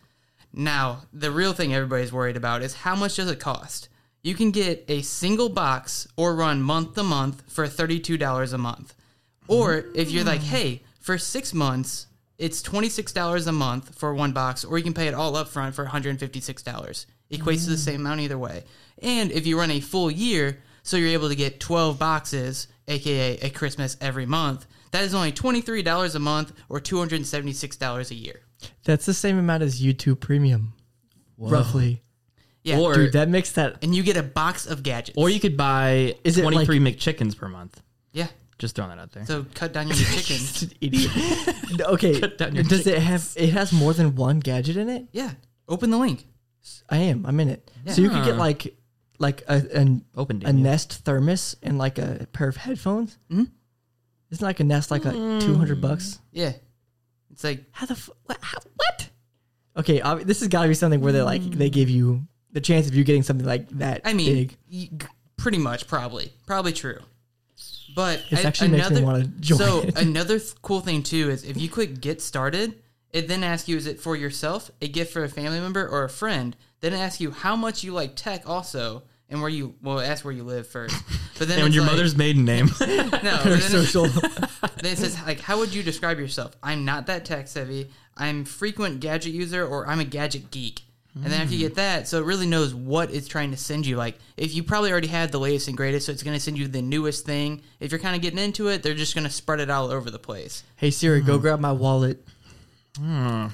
[SPEAKER 3] Now, the real thing everybody's worried about is how much does it cost? You can get a single box or run month to month for $32 a month. Or if you're like, hey, for six months, it's $26 a month for one box, or you can pay it all up front for $156. Equates to the same amount either way. And if you run a full year, so you're able to get 12 boxes, aka a Christmas every month, that is only $23 a month or $276 a year.
[SPEAKER 2] That's the same amount as YouTube Premium, roughly.
[SPEAKER 3] Yeah.
[SPEAKER 1] Or
[SPEAKER 2] Dude, that makes that.
[SPEAKER 3] and you get a box of gadgets.
[SPEAKER 1] or you could buy
[SPEAKER 2] Is it
[SPEAKER 1] 23 McChickens per month.
[SPEAKER 3] yeah.
[SPEAKER 1] Just throwing that out there.
[SPEAKER 3] So cut down your chickens.
[SPEAKER 2] Idiot. okay.
[SPEAKER 1] down your
[SPEAKER 2] Does it have? It has more than one gadget in it.
[SPEAKER 3] yeah. Open the link.
[SPEAKER 2] I am. I'm in it. So you could get
[SPEAKER 1] Yeah.
[SPEAKER 2] like, like a an,
[SPEAKER 1] Open to
[SPEAKER 2] a
[SPEAKER 1] you.
[SPEAKER 2] Nest thermos and like a pair of headphones.
[SPEAKER 1] Mm-hmm.
[SPEAKER 2] Mm? Isn't like a Nest like like
[SPEAKER 1] Mm.
[SPEAKER 2] two hundred bucks?
[SPEAKER 3] Yeah. It's like
[SPEAKER 2] How the f- what, how, what? Okay, ob- this has got to be something where they like
[SPEAKER 1] Mm.
[SPEAKER 2] they give you the chance of you getting something like that.
[SPEAKER 3] I mean,
[SPEAKER 2] big.
[SPEAKER 3] y- g- pretty much, probably, probably true. But
[SPEAKER 2] This
[SPEAKER 3] a-
[SPEAKER 2] actually makes me wanna join
[SPEAKER 3] So
[SPEAKER 2] it.
[SPEAKER 3] another th- cool thing too is if you click Get Started, it then asks you is it for yourself, a gift for a family member, or a friend. Then it asks you how much you like tech also, and where you well that's where you live first. But then
[SPEAKER 1] And
[SPEAKER 3] it's
[SPEAKER 1] your
[SPEAKER 3] like-
[SPEAKER 1] mother's maiden name.
[SPEAKER 3] no but
[SPEAKER 2] Very
[SPEAKER 3] then-
[SPEAKER 2] social.
[SPEAKER 3] then it says like how would you describe yourself i'm not that tech savvy i'm frequent gadget user or i'm a gadget geek and then
[SPEAKER 1] Hmm.
[SPEAKER 3] after you get that so it really knows what it's trying to send you like if you probably already had the latest and greatest so it's going to send you the newest thing if you're kind of getting into it they're just going to spread it all over the place
[SPEAKER 2] hey Siri,
[SPEAKER 1] mm.
[SPEAKER 2] go grab my wallet.
[SPEAKER 1] Hmm.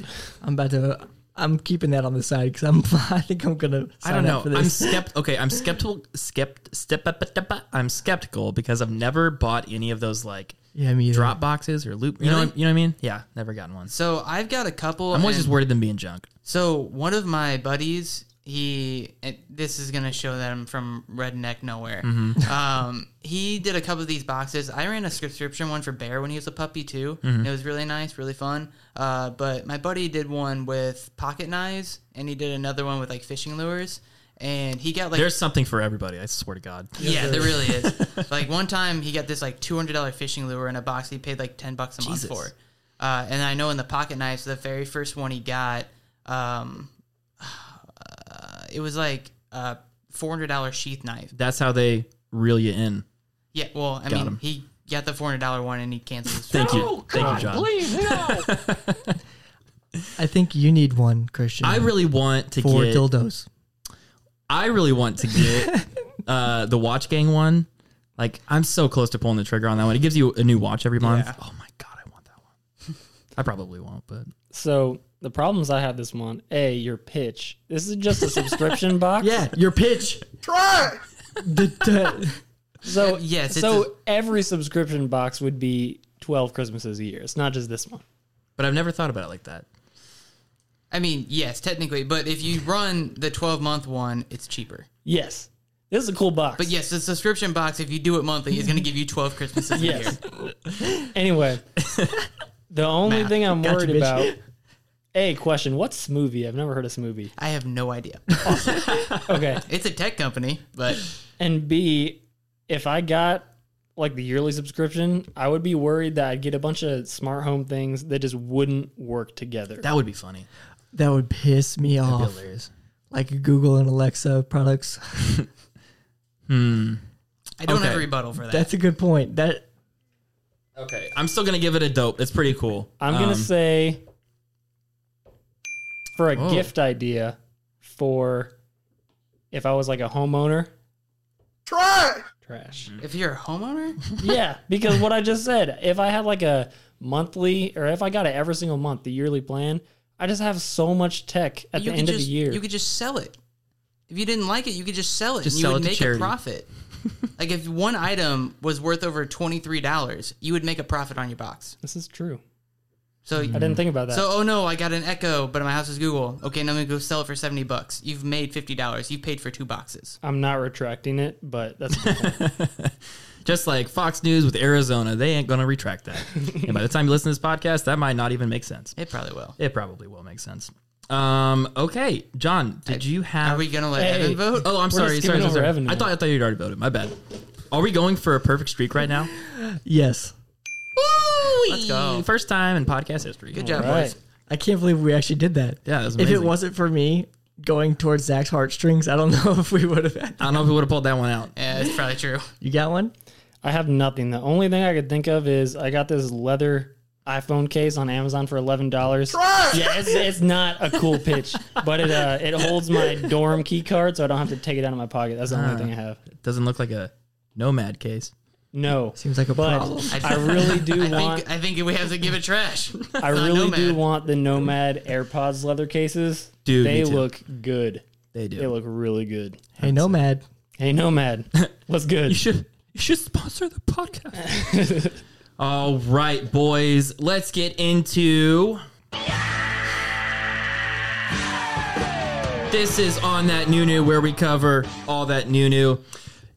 [SPEAKER 2] I'm about to. I'm keeping that on the side because I'm. I think I'm gonna.
[SPEAKER 1] I
[SPEAKER 2] Sign
[SPEAKER 1] don't know.
[SPEAKER 2] Up for this.
[SPEAKER 1] I'm skept. Okay, I'm skeptical. Skept. Step up. step up- I'm skeptical because I've never bought any of those like
[SPEAKER 2] yeah, me either.
[SPEAKER 1] drop boxes or loop. You know.
[SPEAKER 3] Really?
[SPEAKER 1] What, you know what I mean? Yeah, never gotten one.
[SPEAKER 3] so i've got a couple
[SPEAKER 1] I'm always
[SPEAKER 3] and-
[SPEAKER 1] just worried them being junk.
[SPEAKER 3] So one of my buddies, he and this is gonna show that I'm from redneck nowhere. Um, he did a couple of these boxes. I ran a subscription one for Bear when he was a puppy too. And it was really nice, really fun. Uh, but my buddy did one with pocket knives, and he did another one with like fishing lures. And he got like
[SPEAKER 1] There's something for everybody. I swear to God.
[SPEAKER 3] yeah, there really is. like one time, he got this like two hundred dollar fishing lure in a box. He paid like ten bucks a
[SPEAKER 1] Jesus.
[SPEAKER 3] month for. Uh, and I know in the pocket knives, the very first one he got, um, uh, it was like a four hundred dollar sheath knife.
[SPEAKER 1] That's how they reel you in.
[SPEAKER 3] Yeah, well, I mean,
[SPEAKER 1] him.
[SPEAKER 3] he got the four hundred dollar one and he canceled. His
[SPEAKER 1] Thank you. Thank you, John.
[SPEAKER 2] I think you need one, Christian.
[SPEAKER 1] I really want to
[SPEAKER 2] for
[SPEAKER 1] get.
[SPEAKER 2] dildos.
[SPEAKER 1] I really want to get uh, the watch gang one. Like I'm so close to pulling the trigger on that one. It gives you a new watch every month. Oh my god, I want that one. I probably won't, but
[SPEAKER 4] So the problems I had this month: a, your pitch. This is just a subscription box.
[SPEAKER 2] Yeah, your pitch. Try. the, the,
[SPEAKER 4] So
[SPEAKER 3] Yes, it's
[SPEAKER 4] So
[SPEAKER 3] a-
[SPEAKER 4] every subscription box would be twelve Christmases a year. It's not just this one.
[SPEAKER 1] but I've never thought about it like that.
[SPEAKER 3] I mean, yes, technically, but if you run the twelve month one, it's cheaper.
[SPEAKER 4] Yes, this is a cool box.
[SPEAKER 3] But yes, the subscription box, if you do it monthly, is going to give you twelve Christmases a year.
[SPEAKER 4] Yes. anyway, the only
[SPEAKER 3] Math.
[SPEAKER 4] thing I'm
[SPEAKER 2] Gotcha,
[SPEAKER 4] worried
[SPEAKER 2] bitch.
[SPEAKER 4] about. A question: What's Smoothie? I've never heard of Smoothie.
[SPEAKER 3] I have no idea.
[SPEAKER 4] Okay,
[SPEAKER 3] It's a tech company, but
[SPEAKER 4] and B, if I got like the yearly subscription, I would be worried that I'd get a bunch of smart home things that just wouldn't work together.
[SPEAKER 1] That would be funny.
[SPEAKER 2] that would piss me
[SPEAKER 1] That'd be
[SPEAKER 2] off.
[SPEAKER 4] Oh.
[SPEAKER 1] hilarious.
[SPEAKER 2] Like Google and Alexa products.
[SPEAKER 3] I don't have
[SPEAKER 1] Okay.
[SPEAKER 3] a rebuttal for that.
[SPEAKER 2] That's a good point. That
[SPEAKER 1] Okay, I'm still gonna give it a dope. It's pretty cool.
[SPEAKER 4] I'm gonna
[SPEAKER 1] Um,
[SPEAKER 4] say for a
[SPEAKER 1] Whoa.
[SPEAKER 4] gift idea for if I was like a homeowner. Try trash.
[SPEAKER 3] If you're a homeowner,
[SPEAKER 4] yeah, because what I just said, if I had like a monthly or if I got it every single month, the yearly plan, I just have so much tech at
[SPEAKER 3] you
[SPEAKER 4] the
[SPEAKER 3] could
[SPEAKER 4] end
[SPEAKER 3] just,
[SPEAKER 4] of the year.
[SPEAKER 3] you could just sell it. If you didn't like it, you could just sell it
[SPEAKER 1] Just
[SPEAKER 3] and
[SPEAKER 1] sell
[SPEAKER 3] you
[SPEAKER 1] it
[SPEAKER 3] would
[SPEAKER 1] to
[SPEAKER 3] make
[SPEAKER 1] charity.
[SPEAKER 3] a profit. like if one item was worth over twenty three dollars, you would make a profit on your box.
[SPEAKER 4] this is true.
[SPEAKER 3] So
[SPEAKER 4] I didn't think about that.
[SPEAKER 3] so oh no, I got an Echo, but my house is Google. Okay, now I'm gonna go sell it for seventy bucks. You've made fifty dollars. You've paid for two boxes.
[SPEAKER 4] I'm not retracting it, but that's
[SPEAKER 1] just like Fox News with Arizona, they ain't gonna retract that. and by the time you listen to this podcast, that might not even make sense.
[SPEAKER 3] It probably will.
[SPEAKER 1] It probably will make sense. Um, okay, John, did you have?
[SPEAKER 3] Are we gonna let
[SPEAKER 4] Hey.
[SPEAKER 3] Evan vote?
[SPEAKER 1] oh, I'm
[SPEAKER 4] just
[SPEAKER 1] sorry.
[SPEAKER 4] skipping
[SPEAKER 1] Sorry, sorry,
[SPEAKER 4] over
[SPEAKER 1] sorry.
[SPEAKER 4] Evan
[SPEAKER 1] I
[SPEAKER 4] now.
[SPEAKER 1] thought I thought you'd already voted. My bad. Are we going for a perfect streak right now?
[SPEAKER 2] yes,
[SPEAKER 3] Let's go.
[SPEAKER 1] First time in podcast history.
[SPEAKER 3] Good job,
[SPEAKER 4] right.
[SPEAKER 3] boys.
[SPEAKER 2] I can't believe we actually did that.
[SPEAKER 1] Yeah, that was
[SPEAKER 2] if it
[SPEAKER 1] amazing.
[SPEAKER 2] wasn't for me going towards Zach's heartstrings, I don't know if we would have. had
[SPEAKER 1] I don't know if we would have pulled that one out.
[SPEAKER 3] Yeah, it's probably true.
[SPEAKER 2] You got one?
[SPEAKER 4] I have nothing. The only thing I could think of is I got this leather iPhone case on Amazon for eleven dollars. Yeah, it's, it's not a cool pitch, but it uh, it holds my dorm key card, so I don't have to take it out of my pocket. That's the only thing I have.
[SPEAKER 1] It doesn't look like a nomad case.
[SPEAKER 4] No,
[SPEAKER 2] Seems like a
[SPEAKER 4] but
[SPEAKER 2] problem.
[SPEAKER 4] I really do
[SPEAKER 3] I
[SPEAKER 4] want.
[SPEAKER 3] think I think we have to give it trash.
[SPEAKER 4] I really do want the Nomad AirPods leather cases.
[SPEAKER 1] Dude, me
[SPEAKER 4] they
[SPEAKER 1] too.
[SPEAKER 4] look good.
[SPEAKER 1] They do.
[SPEAKER 4] They look really good.
[SPEAKER 2] Hey, Nomad.
[SPEAKER 4] Hey, Nomad, what's good?
[SPEAKER 1] You should you should sponsor the podcast. All right, boys, let's get into. This is on that new new where we cover all that new new.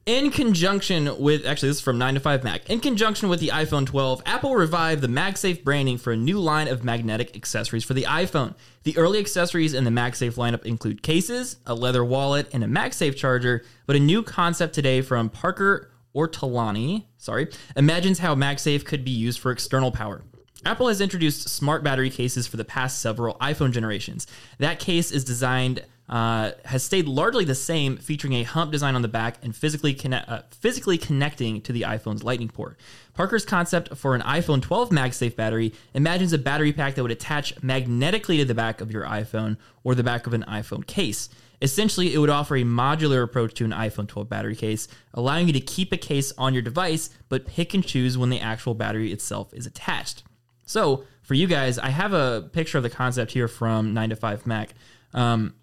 [SPEAKER 1] In conjunction with, actually, this is from 9 to 5 Mac. In conjunction with the iPhone 12, Apple revived the MagSafe branding for a new line of magnetic accessories for the iPhone. The early accessories in the MagSafe lineup include cases, a leather wallet, and a MagSafe charger, but a new concept today from Parker Ortolani, sorry, imagines how MagSafe could be used for external power. Apple has introduced smart battery cases for the past several iPhone generations. That case is designed uh, has stayed largely the same, featuring a hump design on the back and physically connect, uh, physically connecting to the iPhone's Lightning port. Parker's concept for an iPhone 12 MagSafe battery imagines a battery pack that would attach magnetically to the back of your iPhone or the back of an iPhone case. Essentially, it would offer a modular approach to an iPhone 12 battery case, allowing you to keep a case on your device but pick and choose when the actual battery itself is attached. So, for you guys, I have a picture of the concept here from 9 to 5 Mac. Um,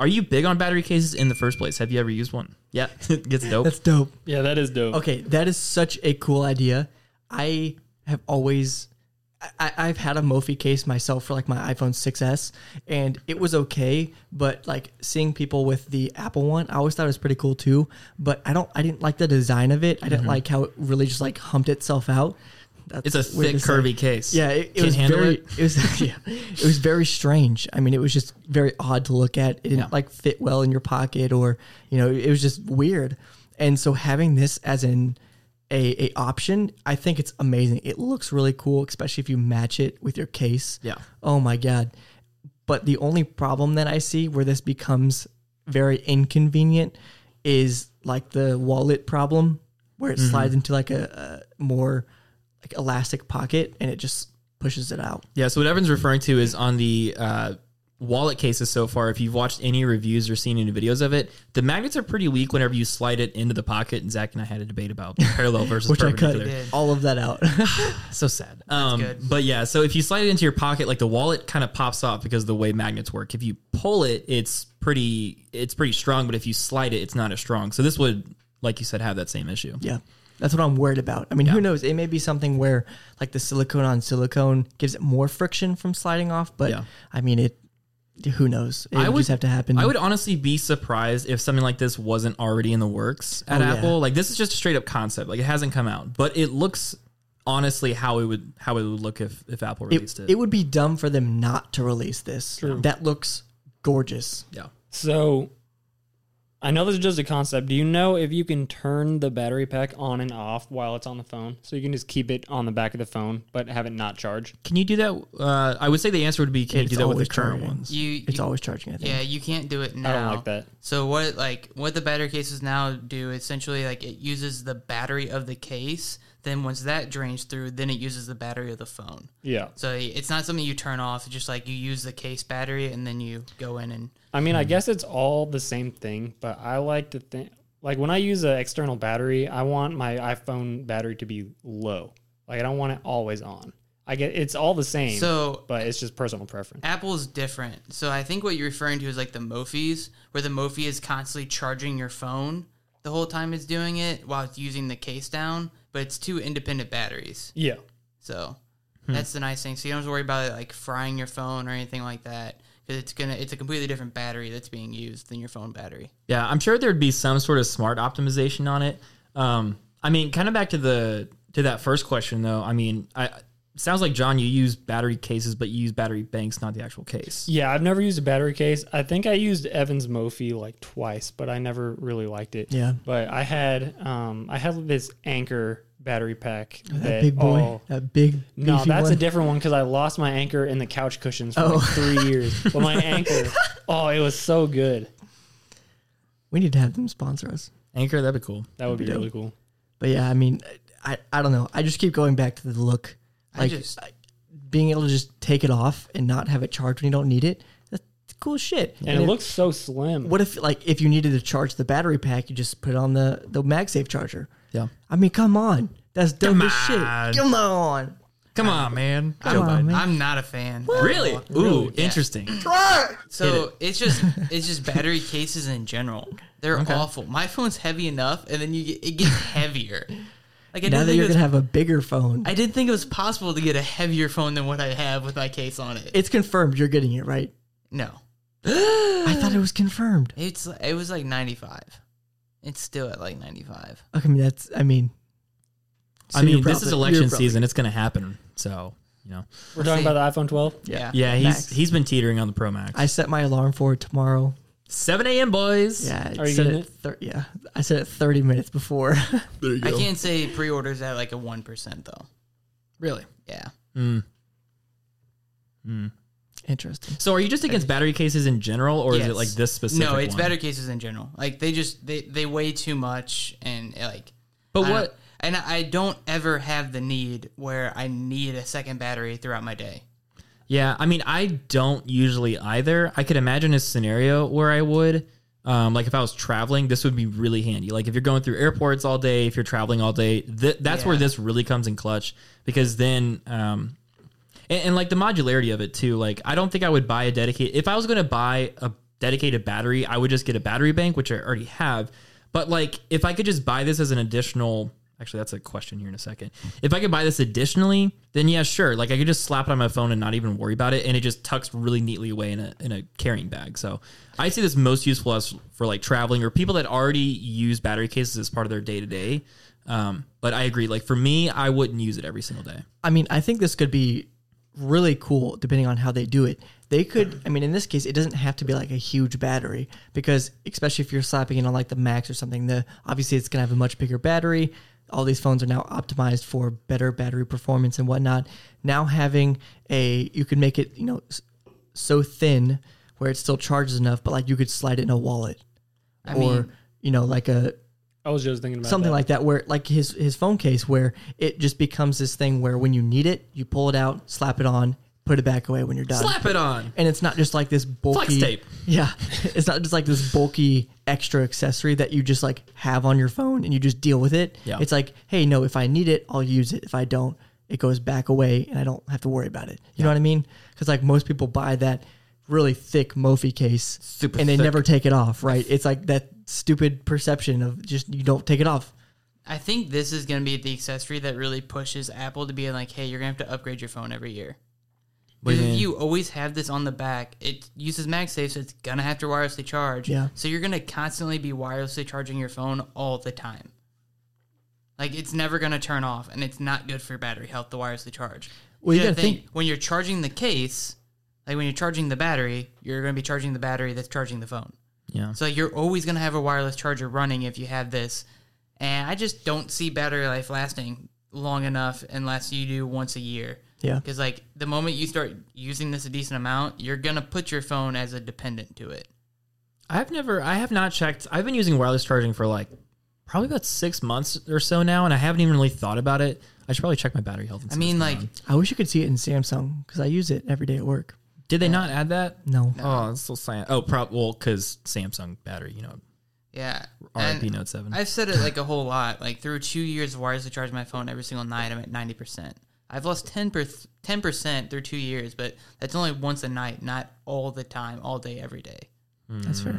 [SPEAKER 1] are you big on battery cases in the first place? Have you ever used one? Yeah, it gets dope.
[SPEAKER 2] That's dope.
[SPEAKER 4] Yeah, that is dope.
[SPEAKER 2] Okay, that is such a cool idea. I have always, I, I've had a Mophie case myself for like my iPhone 6S, and it was okay. But like seeing people with the Apple one, I always thought it was pretty cool too. But I don't, I didn't like the design of it. I
[SPEAKER 1] Mm-hmm.
[SPEAKER 2] didn't like how it really just like humped itself out. That's
[SPEAKER 1] It's a
[SPEAKER 2] weird
[SPEAKER 1] thick,
[SPEAKER 2] to say.
[SPEAKER 1] curvy case.
[SPEAKER 2] Yeah, it, it
[SPEAKER 1] Can't
[SPEAKER 2] was
[SPEAKER 1] handle
[SPEAKER 2] very.
[SPEAKER 1] it.
[SPEAKER 2] It, was yeah, it was very strange. I mean, it was just very odd to look at. It didn't
[SPEAKER 1] Yeah.
[SPEAKER 2] like fit well in your pocket, or you know, it was just weird. And so having this as an a, a option, I think it's amazing. It looks really cool, especially if you match it with your case.
[SPEAKER 1] Yeah.
[SPEAKER 2] Oh my god. But the only problem that I see where this becomes very inconvenient is like the wallet problem where it
[SPEAKER 1] Mm-hmm.
[SPEAKER 2] slides into like a, a more like elastic pocket and it just pushes it out.
[SPEAKER 1] Yeah, so what Evan's referring to is on the uh, wallet cases so far. If you've watched any reviews or seen any videos of it, the magnets are pretty weak whenever you slide it into the pocket. And Zach and I had a debate about parallel versus
[SPEAKER 2] Which I cut
[SPEAKER 1] perpendicular.
[SPEAKER 3] Did.
[SPEAKER 2] all of that out.
[SPEAKER 1] So sad. Um,
[SPEAKER 3] good.
[SPEAKER 1] But yeah, so if you slide it into your pocket, like the wallet kind of pops off because of the way magnets work. If you pull it, it's pretty it's pretty strong. But if you slide it, it's not as strong. So this would, like you said, have that same issue.
[SPEAKER 2] yeah. That's what I'm worried about. I mean, who knows? It may be something where like the silicone on silicone gives it more friction from sliding off, but
[SPEAKER 1] Yeah.
[SPEAKER 2] I mean, it who knows? It
[SPEAKER 1] I
[SPEAKER 2] would
[SPEAKER 1] would-
[SPEAKER 2] just have to happen.
[SPEAKER 1] I would honestly be surprised if something like this wasn't already in the works at
[SPEAKER 2] Oh, yeah.
[SPEAKER 1] Apple. Like this is just a straight up concept. Like it hasn't come out, but it looks honestly how it would how it would look if if Apple
[SPEAKER 2] it,
[SPEAKER 1] released it.
[SPEAKER 2] it would be dumb for them not to release this. That looks gorgeous.
[SPEAKER 1] yeah.
[SPEAKER 4] So I know this is just a concept. Do you know if you can turn the battery pack on and off while it's on the phone? So you can just keep it on the back of the phone but have it not charge.
[SPEAKER 1] Can you do that? Uh, I would say the answer would be can you
[SPEAKER 2] It's
[SPEAKER 1] do that with the
[SPEAKER 2] always
[SPEAKER 1] current
[SPEAKER 2] charging.
[SPEAKER 1] ones?
[SPEAKER 3] You,
[SPEAKER 2] It's
[SPEAKER 3] you-
[SPEAKER 2] always charging, I think.
[SPEAKER 3] yeah, you can't do it now.
[SPEAKER 4] I don't like that.
[SPEAKER 3] So what like what the battery cases now do essentially like it uses the battery of the case. Then once that drains through, then it uses the battery of the phone.
[SPEAKER 4] Yeah.
[SPEAKER 3] So it's not something you turn off. It's just like you use the case battery and then you go in and
[SPEAKER 4] I mean, I guess it's all the same thing, but I like to think like when I use an external battery, I want my iPhone battery to be low. Like I don't want it always on. I get it's all the same,
[SPEAKER 3] so
[SPEAKER 4] but it's just personal preference.
[SPEAKER 3] Apple's different. So I think what you're referring to is like the Mophis, where the Mophie is constantly charging your phone the whole time it's doing it while it's using the case down, but it's two independent batteries.
[SPEAKER 4] Yeah.
[SPEAKER 3] So
[SPEAKER 2] Hmm.
[SPEAKER 3] that's the nice thing. So you don't have to worry about it like frying your phone or anything like that because it's gonna it's a completely different battery that's being used than your phone battery.
[SPEAKER 1] Yeah, I'm sure there'd be some sort of smart optimization on it. Um, I mean, kind of back to the to that first question though. I mean, I sounds like John, you use battery cases, but you use battery banks, not the actual case.
[SPEAKER 4] Yeah, I've never used a battery case. I think I used Evans Mophie like twice, but I never really liked it.
[SPEAKER 2] Yeah.
[SPEAKER 4] But I had um I had this Anchor battery pack that,
[SPEAKER 2] That big boy.
[SPEAKER 4] all-
[SPEAKER 2] that big
[SPEAKER 4] Oh. no,
[SPEAKER 2] beefy
[SPEAKER 4] that's a
[SPEAKER 2] one.
[SPEAKER 4] different one because I lost my anchor in the couch cushions for
[SPEAKER 2] Oh.
[SPEAKER 4] like three years. But my anchor, oh, it was so good.
[SPEAKER 2] We need to have them sponsor us.
[SPEAKER 1] Anchor, that'd be cool.
[SPEAKER 4] That would be
[SPEAKER 2] Dope.
[SPEAKER 4] really cool.
[SPEAKER 2] But yeah, I mean, I, I don't know. I just keep going back to the look.
[SPEAKER 3] I
[SPEAKER 2] Like
[SPEAKER 3] just-
[SPEAKER 2] I- being able to just take it off and not have it charged when you don't need it. That's cool shit.
[SPEAKER 4] And it
[SPEAKER 2] if-
[SPEAKER 4] looks so slim.
[SPEAKER 2] What if like if you needed to charge the battery pack, you just put it on the the MagSafe charger?
[SPEAKER 1] Yeah.
[SPEAKER 2] I mean, come on. That's dumb
[SPEAKER 1] Come
[SPEAKER 2] as
[SPEAKER 1] on.
[SPEAKER 2] shit. Come on.
[SPEAKER 1] Come on, man.
[SPEAKER 2] Come on, man.
[SPEAKER 3] I'm not a fan.
[SPEAKER 1] Really? Ooh, interesting.
[SPEAKER 3] So it's just it's just battery cases in general. They're awful. My phone's heavy enough, and then you get, it gets heavier. Like
[SPEAKER 2] Now
[SPEAKER 3] I didn't
[SPEAKER 2] that
[SPEAKER 3] think it
[SPEAKER 2] you're
[SPEAKER 3] was,
[SPEAKER 2] gonna have a bigger phone,
[SPEAKER 3] I didn't think it was possible to get a heavier phone than what I have with my case on it.
[SPEAKER 2] it's confirmed you're getting it right.
[SPEAKER 3] No,
[SPEAKER 2] I thought it was confirmed.
[SPEAKER 3] it's it was like 95. It's still at like 95.
[SPEAKER 2] Okay, I mean that's I mean. so
[SPEAKER 1] I mean,
[SPEAKER 2] you're
[SPEAKER 1] this is
[SPEAKER 2] probably-
[SPEAKER 1] election
[SPEAKER 2] you're probably-
[SPEAKER 1] season. It's going to happen. So, you know.
[SPEAKER 4] We're talking
[SPEAKER 3] see.
[SPEAKER 4] about the iPhone 12.
[SPEAKER 3] Yeah.
[SPEAKER 1] Yeah, he's
[SPEAKER 2] Max.
[SPEAKER 1] he's been teetering on the Pro Max.
[SPEAKER 2] I set my alarm for tomorrow.
[SPEAKER 1] 7 a.m., boys.
[SPEAKER 2] Yeah, I
[SPEAKER 4] Are you
[SPEAKER 2] said
[SPEAKER 4] getting
[SPEAKER 2] it. Thir- yeah, I said it 30 minutes before.
[SPEAKER 3] I can't say pre-orders at like a
[SPEAKER 1] Mm.
[SPEAKER 3] one percent though.
[SPEAKER 1] Really?
[SPEAKER 3] Yeah.
[SPEAKER 2] Interesting.
[SPEAKER 1] So are you just against battery cases in general, or is
[SPEAKER 3] Yes.
[SPEAKER 1] it like this specific?
[SPEAKER 3] No, it's
[SPEAKER 1] one?
[SPEAKER 3] battery cases in general. Like they just they they weigh too much and like.
[SPEAKER 1] But
[SPEAKER 3] I
[SPEAKER 1] what-
[SPEAKER 3] don't- And I don't ever have the need where I need a second battery throughout my day.
[SPEAKER 1] Yeah, I mean, I don't usually either. I could imagine a scenario where I would, um, like if I was traveling, this would be really handy. Like if you're going through airports all day, if you're traveling all day, th- that's where
[SPEAKER 3] Yeah.
[SPEAKER 1] this really comes in clutch because then, um, and, and like the modularity of it too. Like I don't think I would buy a dedicated. If I was going to buy a dedicated battery, I would just get a battery bank, which I already have. But like if I could just buy this as an additional. Actually, that's a question here in a second. If I could buy this additionally, then yeah, sure. Like I could just slap it on my phone and not even worry about it, and it just tucks really neatly away in a in a carrying bag. So I see this most useful as for like traveling or people that already use battery cases as part of their day to day. But I agree. Like for me, I wouldn't use it every single day.
[SPEAKER 2] I mean, I think this could be really cool depending on how they do it. They could, I mean, in this case, it doesn't have to be like a huge battery because, especially if you're slapping it on like the Max or something, the obviously it's going to have a much bigger battery. All these phones are now optimized for better battery performance and whatnot. Now having a, you can make it, you know, s- so thin where it still charges enough, but like you could slide it in a wallet or,
[SPEAKER 3] mean-
[SPEAKER 2] you know, like a
[SPEAKER 4] I was just thinking about
[SPEAKER 2] something
[SPEAKER 4] that.
[SPEAKER 2] like that where like his his phone case where it just becomes this thing where when you need it you pull it out slap it on put it back away when you're done
[SPEAKER 1] Slap it on.
[SPEAKER 2] and it's not just like this bulky
[SPEAKER 1] tape.
[SPEAKER 2] yeah it's not just like this bulky extra accessory that you just like have on your phone and you just deal with it
[SPEAKER 1] Yeah.
[SPEAKER 2] it's like hey no if i need it i'll use it if i don't it goes back away and i don't have to worry about it you know what i mean because like most people buy that really thick mophie case
[SPEAKER 1] Super
[SPEAKER 2] and they
[SPEAKER 1] thick.
[SPEAKER 2] never take it off right it's like that stupid perception of just you don't take it off
[SPEAKER 3] I think this is going to be the accessory that really pushes Apple to be like, hey, you're going to have to upgrade your phone every year.
[SPEAKER 1] What do you
[SPEAKER 3] Because
[SPEAKER 1] mean?
[SPEAKER 3] if you always have this on the back, it uses MagSafe, so it's going to have to wirelessly charge.
[SPEAKER 2] Yeah.
[SPEAKER 3] So you're going to constantly be wirelessly charging your phone all the time. Like, it's never going to turn off, and it's not good for your battery health, the wirelessly charge.
[SPEAKER 2] Well, you
[SPEAKER 3] gotta
[SPEAKER 2] gotta think-
[SPEAKER 3] when you're charging the case, like when you're charging the battery, you're going to be charging the battery that's charging the phone.
[SPEAKER 1] Yeah.
[SPEAKER 3] So you're always going to have a wireless charger running if you have this. And I just don't see battery life lasting long enough unless you do once a year.
[SPEAKER 2] Yeah.
[SPEAKER 3] Because, like, the moment you start using this a decent amount, you're going to put your phone as a dependent to it.
[SPEAKER 1] I've never, I have not checked. I've been using wireless charging for like probably about six months or so now, and I haven't even really thought about it. I should probably check my battery health. And
[SPEAKER 3] I
[SPEAKER 1] see what's
[SPEAKER 3] mean,
[SPEAKER 1] going
[SPEAKER 3] like,
[SPEAKER 1] on.
[SPEAKER 2] I wish you could see it in Samsung because I use it every day at work.
[SPEAKER 1] did they not add that?
[SPEAKER 2] No.
[SPEAKER 1] Oh, that's still sad. Oh, prob well, because Samsung battery, you know,
[SPEAKER 3] yeah.
[SPEAKER 1] RIP
[SPEAKER 3] And
[SPEAKER 1] Note Seven.
[SPEAKER 3] I've said it like a whole lot. Like, through two years of wirelessly charging my phone every single night, I'm at 90%. I've lost 10 10% through two years, but that's only once a night, not all the time, all day, every day.
[SPEAKER 2] That's fair.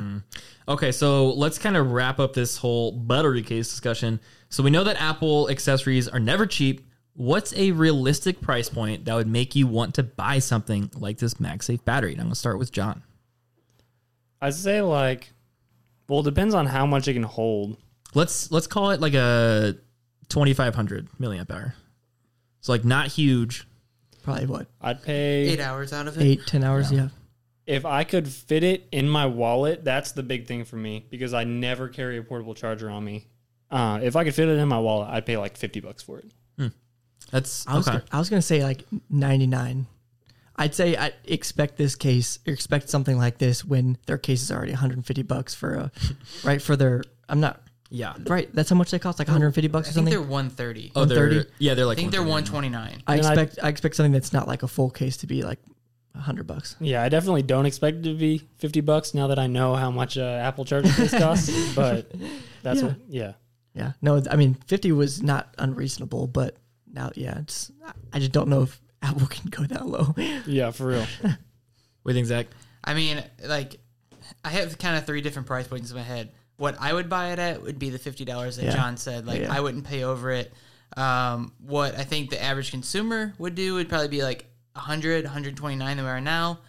[SPEAKER 1] Okay, so let's kind of wrap up this whole battery case discussion. So we know that Apple accessories are never cheap. What's a realistic price point that would make you want to buy something like this MagSafe battery? And I'm going to start with John.
[SPEAKER 4] I'd say like, well, it depends on how much it can hold.
[SPEAKER 1] let's let's call it like a 2500 milliamp hour so like not huge
[SPEAKER 2] Probably what
[SPEAKER 4] I'd pay
[SPEAKER 3] Eight hours out of it.
[SPEAKER 2] eight, ten hours. Uh, Yeah.
[SPEAKER 4] if I could fit it in my wallet, that's the big thing for me because I never carry a portable charger on me. Uh, if I could fit it in my wallet, I'd pay like fifty bucks for it.
[SPEAKER 1] that's
[SPEAKER 2] I was
[SPEAKER 1] okay
[SPEAKER 2] gonna, I was gonna say like ninety nine. I'd say I expect this case, expect something like this when their case is already one hundred and fifty bucks for a, right for their. I'm not
[SPEAKER 1] yeah
[SPEAKER 2] right. That's how much they cost, like one hundred and fifty bucks
[SPEAKER 3] I
[SPEAKER 2] or
[SPEAKER 3] think they're
[SPEAKER 2] something.
[SPEAKER 3] 130.
[SPEAKER 1] oh they're
[SPEAKER 2] 130?
[SPEAKER 1] yeah they're
[SPEAKER 3] I
[SPEAKER 1] like
[SPEAKER 3] think they're
[SPEAKER 1] 120.
[SPEAKER 3] 129.
[SPEAKER 2] I
[SPEAKER 4] And I-
[SPEAKER 2] expect I, expect something that's not like a full case to be like hundred bucks.
[SPEAKER 4] Yeah, I definitely don't expect it to be fifty bucks now that I know how much uh, Apple charger case costs. But that's
[SPEAKER 2] Yeah.
[SPEAKER 4] what, yeah.
[SPEAKER 2] Yeah. No, I mean fifty was not unreasonable, but now yeah, it's I just don't know if Apple can go that low.
[SPEAKER 4] Yeah, for real.
[SPEAKER 1] what do you think zach
[SPEAKER 3] I mean, like, I have kind of three different price points in my head. What I would buy it at would be the fifty dollars that
[SPEAKER 2] Yeah.
[SPEAKER 3] John said. Like,
[SPEAKER 2] Yeah.
[SPEAKER 3] I wouldn't pay over it. Um, what I think the average consumer would do would probably be like 100, 129 than we are now.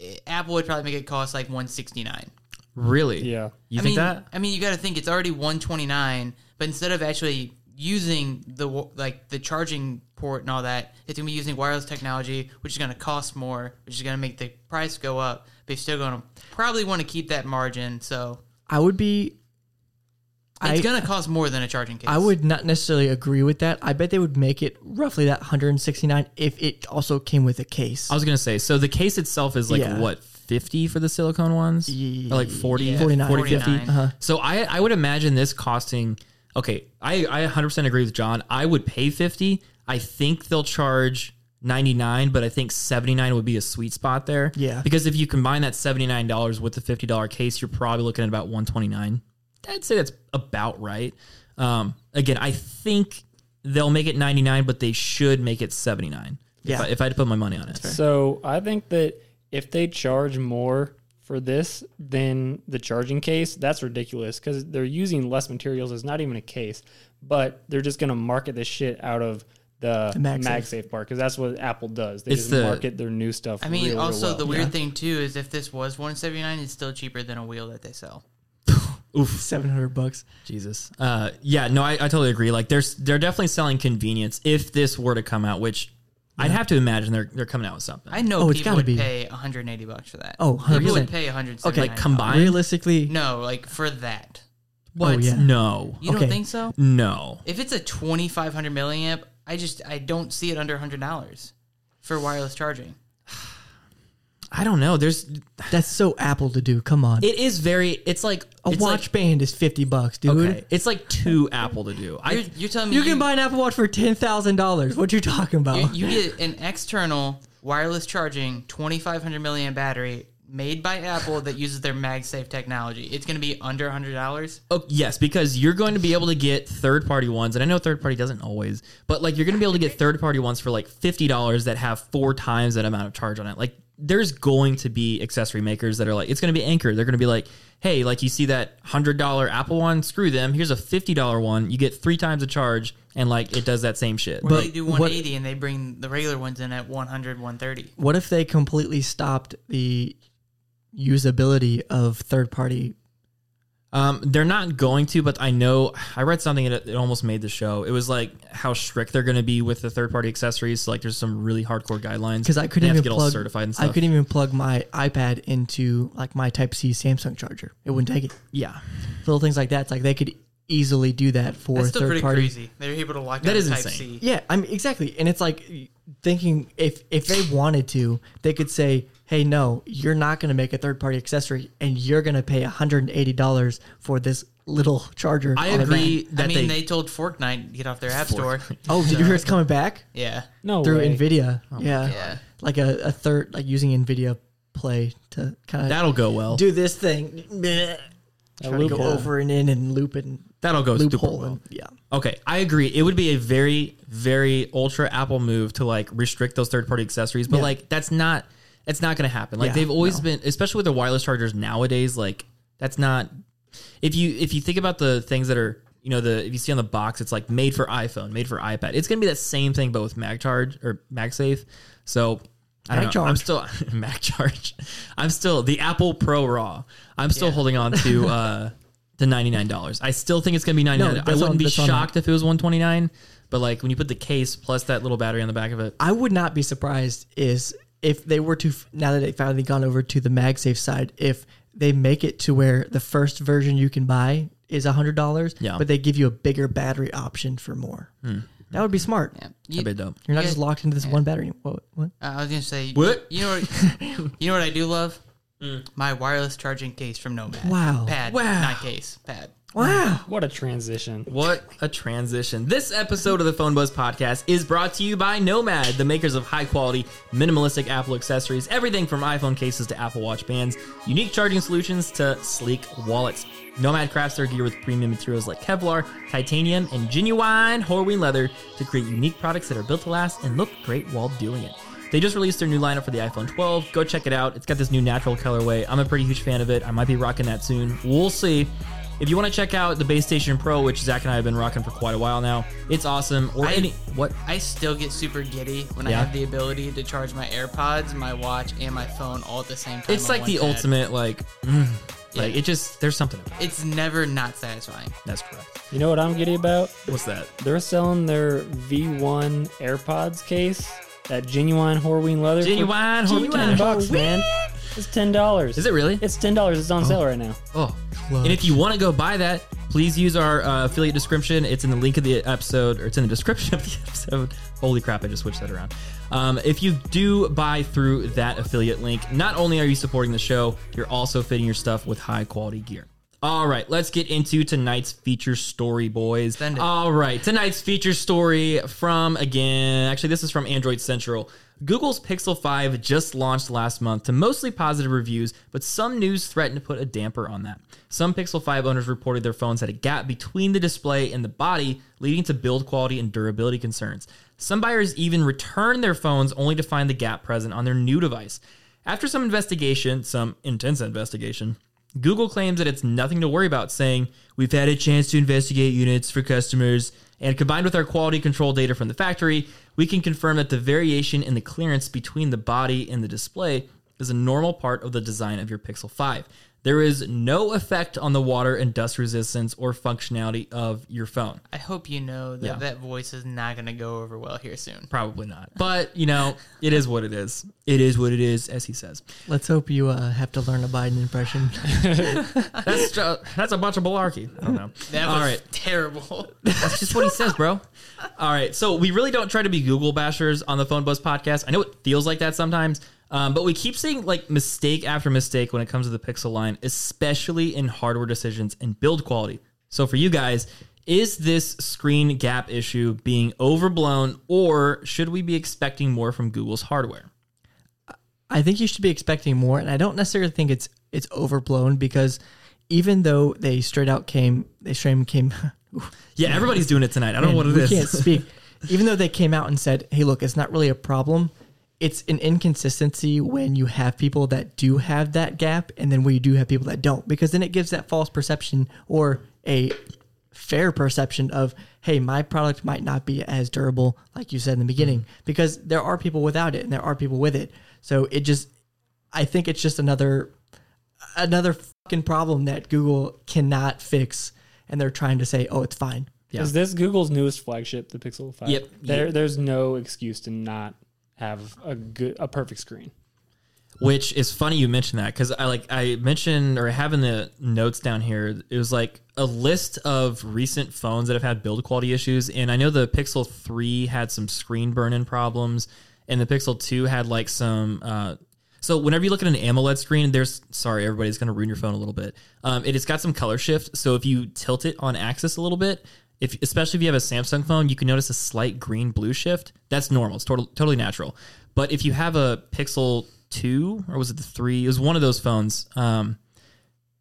[SPEAKER 3] I- Apple would probably make it cost like one sixty nine.
[SPEAKER 1] really
[SPEAKER 4] Yeah.
[SPEAKER 1] you
[SPEAKER 3] I
[SPEAKER 1] think
[SPEAKER 3] mean,
[SPEAKER 1] that
[SPEAKER 3] I mean, you got to think it's already 129, but instead of actually using the wa- like the charging port and all that, it's gonna be using wireless technology, which is gonna cost more, which is gonna make the price go up. But you're still gonna probably want to keep that margin. So
[SPEAKER 2] I would be I-
[SPEAKER 3] it's gonna cost more than a charging case.
[SPEAKER 2] I would not necessarily agree with that. I bet they would make it roughly that 169 if it also came with a case.
[SPEAKER 1] I was gonna say, so the case itself is like
[SPEAKER 2] Yeah.
[SPEAKER 1] what fifty for the silicone ones, or like 40,
[SPEAKER 3] Yeah,
[SPEAKER 1] 49, 40,
[SPEAKER 3] 49.
[SPEAKER 1] 50.
[SPEAKER 2] Uh-huh.
[SPEAKER 1] So I, I would imagine this costing. Okay, I, I 100% agree with John. I would pay 50. I think they'll charge 99, but I think 79 would be a sweet spot there.
[SPEAKER 2] Yeah.
[SPEAKER 1] because if you combine that $79 with the $50 case, you're probably looking at about 129. I'd say that's about right. Um, again, I think they'll make it 99, but they should make it 79.
[SPEAKER 2] Yeah.
[SPEAKER 1] If I, if I had to put my money on it.
[SPEAKER 4] So I think that if they charge more for this than the charging case, that's ridiculous because they're using less materials. It's not even a case, but they're just going to market this shit out of the,
[SPEAKER 2] MagSafe.
[SPEAKER 4] MagSafe. part because that's what Apple does. They
[SPEAKER 1] It's
[SPEAKER 4] just
[SPEAKER 1] the-
[SPEAKER 4] market their new stuff.
[SPEAKER 3] I mean,
[SPEAKER 4] real, real
[SPEAKER 3] also
[SPEAKER 4] well.
[SPEAKER 3] the weird thing too is if this was 179, it's still cheaper than a wheel that they sell.
[SPEAKER 1] Uh,
[SPEAKER 2] 700 bucks.
[SPEAKER 1] Jesus. Uh, yeah, no, I, I totally agree. Like, there's they're definitely selling convenience if this were to come out, which I'd have to imagine they're they're coming out with something.
[SPEAKER 3] I know
[SPEAKER 2] Oh, it's
[SPEAKER 3] people
[SPEAKER 2] gotta
[SPEAKER 3] would
[SPEAKER 2] be.
[SPEAKER 3] pay 180 bucks for that.
[SPEAKER 2] Oh,
[SPEAKER 3] people
[SPEAKER 2] 100%.
[SPEAKER 3] would pay 179.
[SPEAKER 1] like combined.
[SPEAKER 2] Realistically,
[SPEAKER 3] No, like for that.
[SPEAKER 1] what?
[SPEAKER 2] Oh, yeah.
[SPEAKER 1] No,
[SPEAKER 3] You
[SPEAKER 2] Okay.
[SPEAKER 3] don't think so?
[SPEAKER 1] no.
[SPEAKER 3] If it's a 2500 milliamp, I just I don't see it under $100 for wireless charging.
[SPEAKER 1] I don't know. There's
[SPEAKER 2] that's so Apple to do. Come on.
[SPEAKER 1] it is very. It's like
[SPEAKER 2] a
[SPEAKER 1] it's
[SPEAKER 2] watch band is 50 bucks, dude.
[SPEAKER 1] Like, okay, it's like two Apple to do.
[SPEAKER 3] You're,
[SPEAKER 1] I
[SPEAKER 3] you're telling me
[SPEAKER 2] You can buy an Apple Watch for $10,000. What you talking about?
[SPEAKER 3] you, you get an external wireless charging 2500 milliamp battery made by Apple that uses their MagSafe technology. It's going to be under $100.
[SPEAKER 1] oh, yes because you're going to be able to get third party ones, and I know third party doesn't always, but like you're going to be able to get third party ones for like fifty dollars that have four times that amount of charge on it. Like there's going to be accessory makers that are like, it's going to be Anchor. They're going to be like, hey, like you see that hundred dollar Apple one, screw them. Here's a fifty dollar one. You get three times the charge, and like it does that same shit.
[SPEAKER 3] they do 180 and they bring the regular ones in at 100 130.
[SPEAKER 2] what if they completely stopped the usability of third party?
[SPEAKER 1] Um, they're not going to, but I know I read something that it almost made the show. It was like how strict they're going to be with the third party accessories. So like, there's some really hardcore guidelines
[SPEAKER 2] Because I couldn't
[SPEAKER 1] they have
[SPEAKER 2] even
[SPEAKER 1] to get all
[SPEAKER 2] plug.
[SPEAKER 1] certified and
[SPEAKER 2] I
[SPEAKER 1] stuff.
[SPEAKER 2] couldn't even plug my iPad into like my Type C Samsung charger. It wouldn't take it.
[SPEAKER 1] yeah,
[SPEAKER 2] Little things like that. It's like they could easily do that for
[SPEAKER 3] That's still
[SPEAKER 2] third
[SPEAKER 3] pretty
[SPEAKER 2] party.
[SPEAKER 3] crazy. They're able to lock
[SPEAKER 1] That
[SPEAKER 3] down
[SPEAKER 1] is
[SPEAKER 3] Type
[SPEAKER 1] insane.
[SPEAKER 3] C.
[SPEAKER 2] Yeah, I mean exactly. And it's like thinking if if they wanted to, they could say, "Hey, no, you're not going to make a third party accessory, and you're going to pay 180 dollars for this little charger."
[SPEAKER 1] I
[SPEAKER 2] on a
[SPEAKER 1] agree
[SPEAKER 2] Mac."
[SPEAKER 1] that
[SPEAKER 3] I mean,
[SPEAKER 1] they,
[SPEAKER 3] they, told Fortnite to get off their app store.
[SPEAKER 2] Oh, did you hear it's coming back?
[SPEAKER 3] Yeah.
[SPEAKER 4] No
[SPEAKER 2] through
[SPEAKER 4] way.
[SPEAKER 2] Nvidia.
[SPEAKER 1] Oh
[SPEAKER 2] yeah.
[SPEAKER 3] God.
[SPEAKER 2] like a, a third, like using Nvidia Play to kind of
[SPEAKER 1] that'll go well.
[SPEAKER 2] do this thing, bleh, try to go
[SPEAKER 4] loophole.
[SPEAKER 2] over and in and loop and
[SPEAKER 1] that'll go super
[SPEAKER 2] loophole.
[SPEAKER 1] well.
[SPEAKER 2] And, yeah,
[SPEAKER 1] Okay, I agree. It would be a very, very ultra Apple move to like restrict those third party accessories, but
[SPEAKER 2] Yeah.
[SPEAKER 1] like that's not it's not going to happen. Like
[SPEAKER 2] Yeah,
[SPEAKER 1] they've always
[SPEAKER 2] no.
[SPEAKER 1] been, especially with the wireless chargers nowadays. Like that's not if you if you think about the things that are you know the if you see on the box, it's like made for iPhone, made for iPad. It's going to be that same thing, but with MagCharge or MagSafe. So. I don't know. I'm
[SPEAKER 2] MagCharge.
[SPEAKER 1] still Mac charge. I'm still the Apple Pro Raw. I'm still holding on to uh to ninety nine dollars. I still think it's gonna be ninety nine.
[SPEAKER 2] that's
[SPEAKER 1] I wouldn't
[SPEAKER 2] on-
[SPEAKER 1] be
[SPEAKER 2] that's on that.
[SPEAKER 1] shocked if it was one twenty nine, but like when you put the case plus that little battery on the back of it,
[SPEAKER 2] I would not be surprised is if they were to f- now that they finally gone over to the MagSafe side, if they make it to where the first version you can buy is hundred dollars,
[SPEAKER 1] Yeah.
[SPEAKER 2] but they give you a bigger battery option for more. That would be smart.
[SPEAKER 1] that'd
[SPEAKER 3] You-
[SPEAKER 1] be dope.
[SPEAKER 2] You're not
[SPEAKER 3] Yeah.
[SPEAKER 2] just locked into this one battery. What? What?
[SPEAKER 3] Uh, I was gonna say
[SPEAKER 1] What? Mm.
[SPEAKER 3] you know what you know what I do love my wireless charging case from Nomad.
[SPEAKER 2] Wow.
[SPEAKER 3] pad,
[SPEAKER 1] Wow.
[SPEAKER 3] not case, pad.
[SPEAKER 2] Wow.
[SPEAKER 4] What a transition.
[SPEAKER 1] What a transition. This episode of the Phone Buzz Podcast is brought to you by Nomad, the makers of high quality, minimalistic Apple accessories, everything from iPhone cases to Apple Watch bands, unique charging solutions to sleek wallets. Nomad crafts their gear with premium materials like Kevlar, titanium, and genuine Horween leather to create unique products that are built to last and look great while doing it. They just released their new lineup for the iPhone 12. Go check it out. It's got this new natural colorway. I'm a pretty huge fan of it. I might be rocking that soon. We'll see. If you want to check out the Base Station Pro, which Zach and I have been rocking for quite a while now, it's awesome. Or
[SPEAKER 3] I-
[SPEAKER 1] any what?
[SPEAKER 3] I still get super giddy when I
[SPEAKER 1] Yeah.
[SPEAKER 3] have the ability to charge my AirPods, my watch, and my phone all at the same time.
[SPEAKER 1] It's
[SPEAKER 3] on
[SPEAKER 1] like
[SPEAKER 3] one
[SPEAKER 1] the
[SPEAKER 3] pad.
[SPEAKER 1] ultimate, like, mm, like it just there's something about it.
[SPEAKER 3] It's never not satisfying.
[SPEAKER 1] That's correct.
[SPEAKER 4] You know what I'm giddy about?
[SPEAKER 1] What's that?
[SPEAKER 4] They're selling their V1 AirPods case, that genuine Horween leather. for
[SPEAKER 1] Genuine Horween leather.
[SPEAKER 4] 10 bucks, man. It's $10.
[SPEAKER 1] Is it really?
[SPEAKER 4] It's $10. It's on sale right now.
[SPEAKER 1] Oh,
[SPEAKER 2] Close.
[SPEAKER 1] and if you want to go buy that, Please use our uh, affiliate description. It's in the link of the episode, or it's in the description of the episode. Holy crap, I just switched that around. Um, if you do buy through that affiliate link, not only are you supporting the show, you're also fitting your stuff with high quality gear. All right, let's get into tonight's feature story, boys.
[SPEAKER 3] Send it.
[SPEAKER 1] All right, tonight's feature story from again, actually, this is from Android Central. Google's Pixel 5 just launched last month to mostly positive reviews, but some news threatened to put a damper on that. Some Pixel 5 owners reported their phones had a gap between the display and the body, leading to build quality and durability concerns. Some buyers even returned their phones only to find the gap present on their new device. After some investigation, some intense investigation, Google claims that it's nothing to worry about, saying, We've had a chance to investigate units for customers, and combined with our quality control data from the factory, we can confirm that the variation in the clearance between the body and the display is a normal part of the design of your Pixel 5. There is no effect on the water and dust resistance or functionality of your phone.
[SPEAKER 3] I hope you know that
[SPEAKER 1] Yeah.
[SPEAKER 3] that voice is not going to go over well here soon.
[SPEAKER 1] Probably not. But, you know, it is what it is. It is what it is, as he says.
[SPEAKER 2] Let's hope you uh, have to learn a Biden impression.
[SPEAKER 1] That's, ju- that's a bunch of malarkey. I don't know.
[SPEAKER 3] That
[SPEAKER 1] All
[SPEAKER 3] was
[SPEAKER 1] right.
[SPEAKER 3] terrible.
[SPEAKER 1] That's just what he says, bro. All right. So we really don't try to be Google bashers on the Phone Buzz podcast. I know it feels like that sometimes, um, but we keep seeing like mistake after mistake when it comes to the Pixel line, especially in hardware decisions and build quality. So for you guys, is this screen gap issue being overblown, or should we be expecting more from Google's hardware?
[SPEAKER 2] I think you should be expecting more, and I don't necessarily think it's it's overblown because even though they straight out came, they straight out came.
[SPEAKER 1] Yeah, everybody's doing it tonight. I don't know what it
[SPEAKER 2] we can't
[SPEAKER 1] is.
[SPEAKER 2] speak. Even though they came out and said, "Hey, look, it's not really a problem. It's an inconsistency when you have people that do have that gap, and then when you do have people that don't, because then it gives that false perception or a fair perception of, hey, my product might not be as durable, like you said in the beginning,
[SPEAKER 1] Mm-hmm.
[SPEAKER 2] because there are people without it and there are people with it. So it just, I think it's just another another fucking problem that Google cannot fix, and they're trying to say, oh, it's fine.
[SPEAKER 1] Yeah.
[SPEAKER 4] Is this Google's newest flagship, the Pixel Five?
[SPEAKER 1] Yep.
[SPEAKER 4] There,
[SPEAKER 1] Yep.
[SPEAKER 4] there's no excuse to not have a good, a perfect screen.
[SPEAKER 1] Which is funny you mentioned that because I like I mentioned or having the notes down here. It was like a list of recent phones that have had build quality issues, and I know the Pixel Three had some screen burn-in problems, and the Pixel Two had like some. Uh, so whenever you look at an AMOLED screen, there's sorry everybody's going to ruin your phone a little bit. Um, it has got some color shift, so if you tilt it on axis a little bit, if especially if you have a Samsung phone, you can notice a slight green blue shift. That's normal. It's total, totally natural. But if you have a Pixel 2 or was it the 3? It was one of those phones. Um,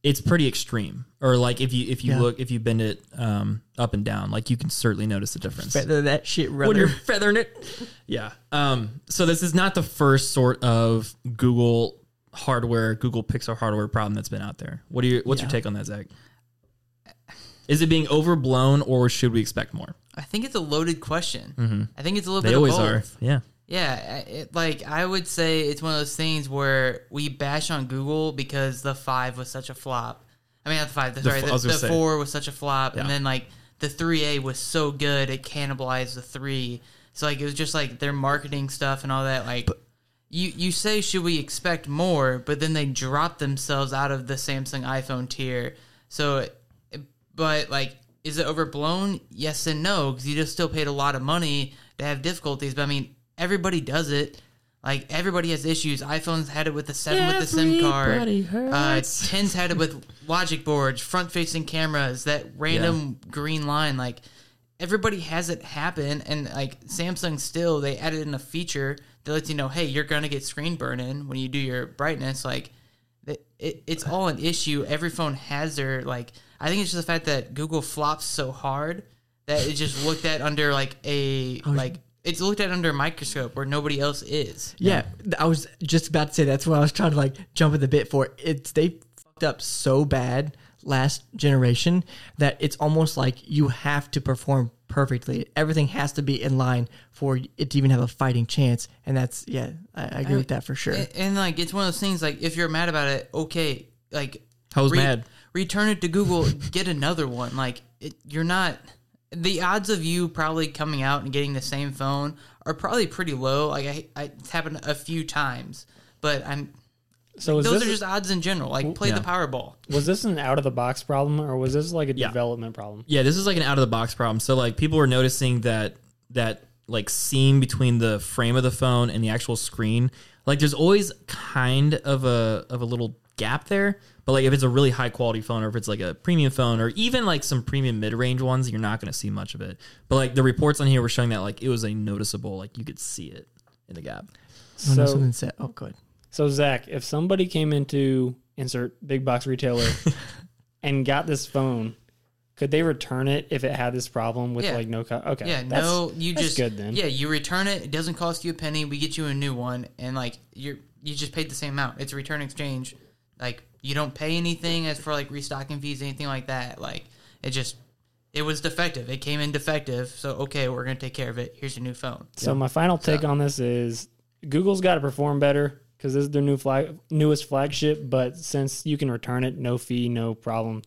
[SPEAKER 1] it's pretty extreme. Or like if you if you
[SPEAKER 2] Yeah.
[SPEAKER 1] look if you bend it um, up and down, like you can certainly notice the difference
[SPEAKER 2] feather that shit
[SPEAKER 1] when you're
[SPEAKER 2] rather.
[SPEAKER 1] feathering it. Yeah. Um, so this is not the first sort of Google hardware, Google Pixel hardware problem that's been out there. What do you? What's your
[SPEAKER 2] Yeah.
[SPEAKER 1] take on that, Zach? Is it being overblown, or should we expect more?
[SPEAKER 3] I think it's a loaded question. I think it's a little
[SPEAKER 1] Mm-hmm. They
[SPEAKER 3] bit. of
[SPEAKER 1] always
[SPEAKER 3] both.
[SPEAKER 1] are. Yeah.
[SPEAKER 3] Yeah, I- it, like I would say it's one of those things where we bash on Google because the five was such a flop. I mean, not the five. The, sorry,
[SPEAKER 1] f- I
[SPEAKER 3] the,
[SPEAKER 1] was gonna
[SPEAKER 3] the
[SPEAKER 1] say.
[SPEAKER 3] four was such a flop,
[SPEAKER 1] Yeah.
[SPEAKER 3] and then like the three A was so good it cannibalized the three. So like it was just like their marketing stuff and all that. Like you you say, should we expect more? But then they drop themselves out of the Samsung iPhone tier. So, it- but like, is it overblown? Yes and no, because you just still paid a lot of money to have difficulties. But I mean, everybody does it. Like everybody has issues. iPhones had it with the seven with the SIM card.
[SPEAKER 1] Everybody
[SPEAKER 3] Uh, tens had it with logic boards, front-facing cameras, that random green line. Like everybody has it happen and like samsung still they added in a feature that lets you know hey you're gonna get screen burn in when you do your brightness like it, it, it's all an issue every phone has their like i think it's just the fact that google flops so hard that it just looked at under like a like it's looked at under a microscope where nobody else is
[SPEAKER 2] Yeah, th- I was just about to say that's what I was trying to like jump in the bit for. It's they fucked up so bad last generation that it's almost like you have to perform perfectly. Everything has to be in line for it to even have a fighting chance. And that's yeah, I, I agree with that for sure.
[SPEAKER 3] and, and, like it's one of those things like if you're mad about it okay like
[SPEAKER 1] I was mad.
[SPEAKER 3] return it to google get another one like it, you're not the odds of you probably coming out and getting the same phone are probably pretty low like i, I it's happened a few times but i'm
[SPEAKER 4] So is
[SPEAKER 3] Those
[SPEAKER 4] this
[SPEAKER 3] are just odds in general. Like play
[SPEAKER 1] Yeah.
[SPEAKER 3] the Powerball.
[SPEAKER 4] was this an out of the box problem or was this like a
[SPEAKER 1] Yeah.
[SPEAKER 4] development problem?
[SPEAKER 1] Yeah, this is like an out of the box problem. So like people were noticing that that like seam between the frame of the phone and the actual screen, like there's always kind of a of a little gap there. But like if it's a really high quality phone or if it's like a premium phone or even like some premium mid range ones, you're not gonna see much of it. But like the reports on here were showing that like it was a noticeable, like you could see it in the gap.
[SPEAKER 2] Oh, no,
[SPEAKER 4] So
[SPEAKER 2] something said. Oh, good.
[SPEAKER 4] so Zach, if somebody came into insert big box retailer and got this phone, could they return it if it had this problem with
[SPEAKER 3] Yeah.
[SPEAKER 4] like no co- okay.
[SPEAKER 3] Yeah,
[SPEAKER 4] that's-
[SPEAKER 3] no, you
[SPEAKER 4] that's
[SPEAKER 3] just
[SPEAKER 4] good then.
[SPEAKER 3] Yeah, you return it. It doesn't cost you a penny. We get you a new one, and like you're you just paid the same amount. It's a return exchange. Like you don't pay anything as for like restocking fees, anything like that. Like it just it was defective. It came in defective. So okay, we're gonna take care of it. Here's your new phone.
[SPEAKER 4] So my final take on this is Google's got to perform better because this is their new flag, newest flagship. But since you can return it, no fee, no problem.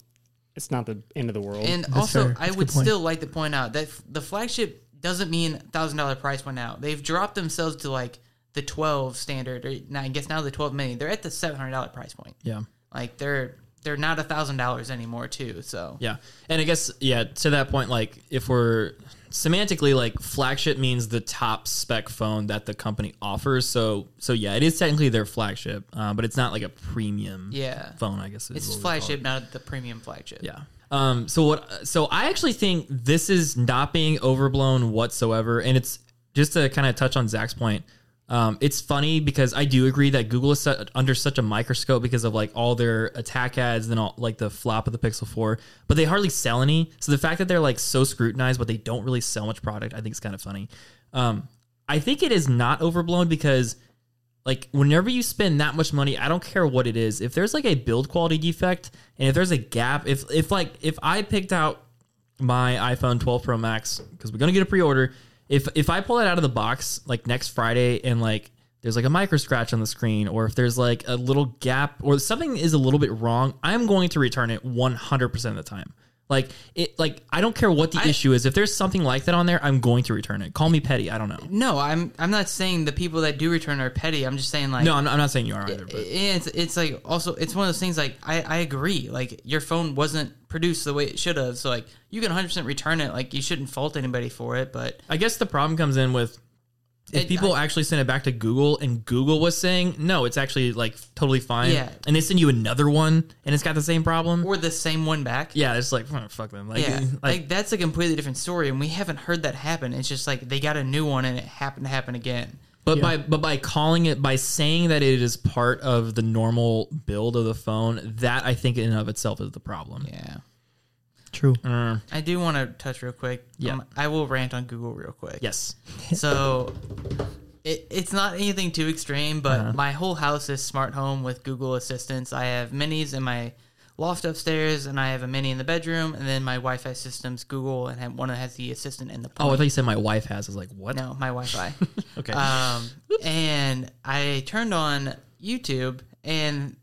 [SPEAKER 4] It's not the end of the world.
[SPEAKER 3] And also,
[SPEAKER 2] fair.
[SPEAKER 3] I
[SPEAKER 2] That's a
[SPEAKER 3] would
[SPEAKER 2] good point.
[SPEAKER 3] still like to point out that f- the flagship doesn't mean thousand dollar price went out. They've dropped themselves to like the twelve standard, or now I guess now the twelve mini. They're at the seven hundred dollar price point.
[SPEAKER 1] Yeah.
[SPEAKER 3] Like they're they're not a thousand dollars anymore too. So
[SPEAKER 1] Yeah. And I guess, yeah, to that point, like if we're semantically like flagship means the top spec phone that the company offers. So, so yeah, it is technically their flagship, uh, but it's not like a premium
[SPEAKER 3] Yeah.
[SPEAKER 1] phone, I guess. is
[SPEAKER 3] it's
[SPEAKER 1] what we call it.
[SPEAKER 3] flagship, not the premium flagship.
[SPEAKER 1] Yeah. Um, so what? So I actually think this is not being overblown whatsoever, and it's just to kind of touch on Zach's point. Um, it's funny because I do agree that Google is set under such a microscope because of like all their attack ads and all like the flop of the Pixel Four, but they hardly sell any. So the fact that they're like so scrutinized, but they don't really sell much product, I think is kind of funny. Um, I think it is not overblown because like whenever you spend that much money i don't care what it is if there's like a build quality defect and if there's a gap if if like if i picked out my iphone 12 pro max because we're gonna get a pre-order if if i pull it out of the box like next friday and like there's like a micro scratch on the screen or if there's like a little gap or something is a little bit wrong i'm going to return it 100% of the time like it like i don't care what the issue is if there's something like that on there i'm going to return it call me petty i don't know
[SPEAKER 3] No, I'm I'm not saying the people that do return are petty. I'm just saying like
[SPEAKER 1] no i'm not, I'm not saying you are either but
[SPEAKER 3] it's it's like also it's one of those things like I, I agree like your phone wasn't produced the way it should have so like you can 100% return it like you shouldn't fault anybody for it but
[SPEAKER 1] I guess the problem comes in with if
[SPEAKER 3] It-
[SPEAKER 1] people actually send it back to Google and Google was saying no, it's actually like totally fine.
[SPEAKER 3] Yeah.
[SPEAKER 1] and they send you another one and it's got the same problem.
[SPEAKER 3] or the same one back
[SPEAKER 1] yeah, it's like "Oh, fuck them. Like,
[SPEAKER 3] yeah
[SPEAKER 1] like,
[SPEAKER 3] like, that's a completely different story and we haven't heard that happen it's just like they got a new one and it happened to happen again
[SPEAKER 1] but by but by calling it by saying that it is part of the normal build of the phone, that I think in and of itself is the problem.
[SPEAKER 3] yeah
[SPEAKER 2] True.
[SPEAKER 1] Uh,
[SPEAKER 3] I do want to touch real quick Um,
[SPEAKER 1] Yeah.
[SPEAKER 3] I will rant on Google real quick
[SPEAKER 1] yes.
[SPEAKER 3] so it, it's not anything too extreme but
[SPEAKER 1] Uh-huh.
[SPEAKER 3] my whole house is smart home with google assistants i have minis in my loft upstairs and i have a mini in the bedroom and then my wi-fi system's google and have, one that has the assistant in the
[SPEAKER 1] Oh, I
[SPEAKER 3] point.
[SPEAKER 1] thought you said my wife has. I was like, what?
[SPEAKER 3] no my wi-fi
[SPEAKER 1] Okay.
[SPEAKER 3] um, and i turned on youtube and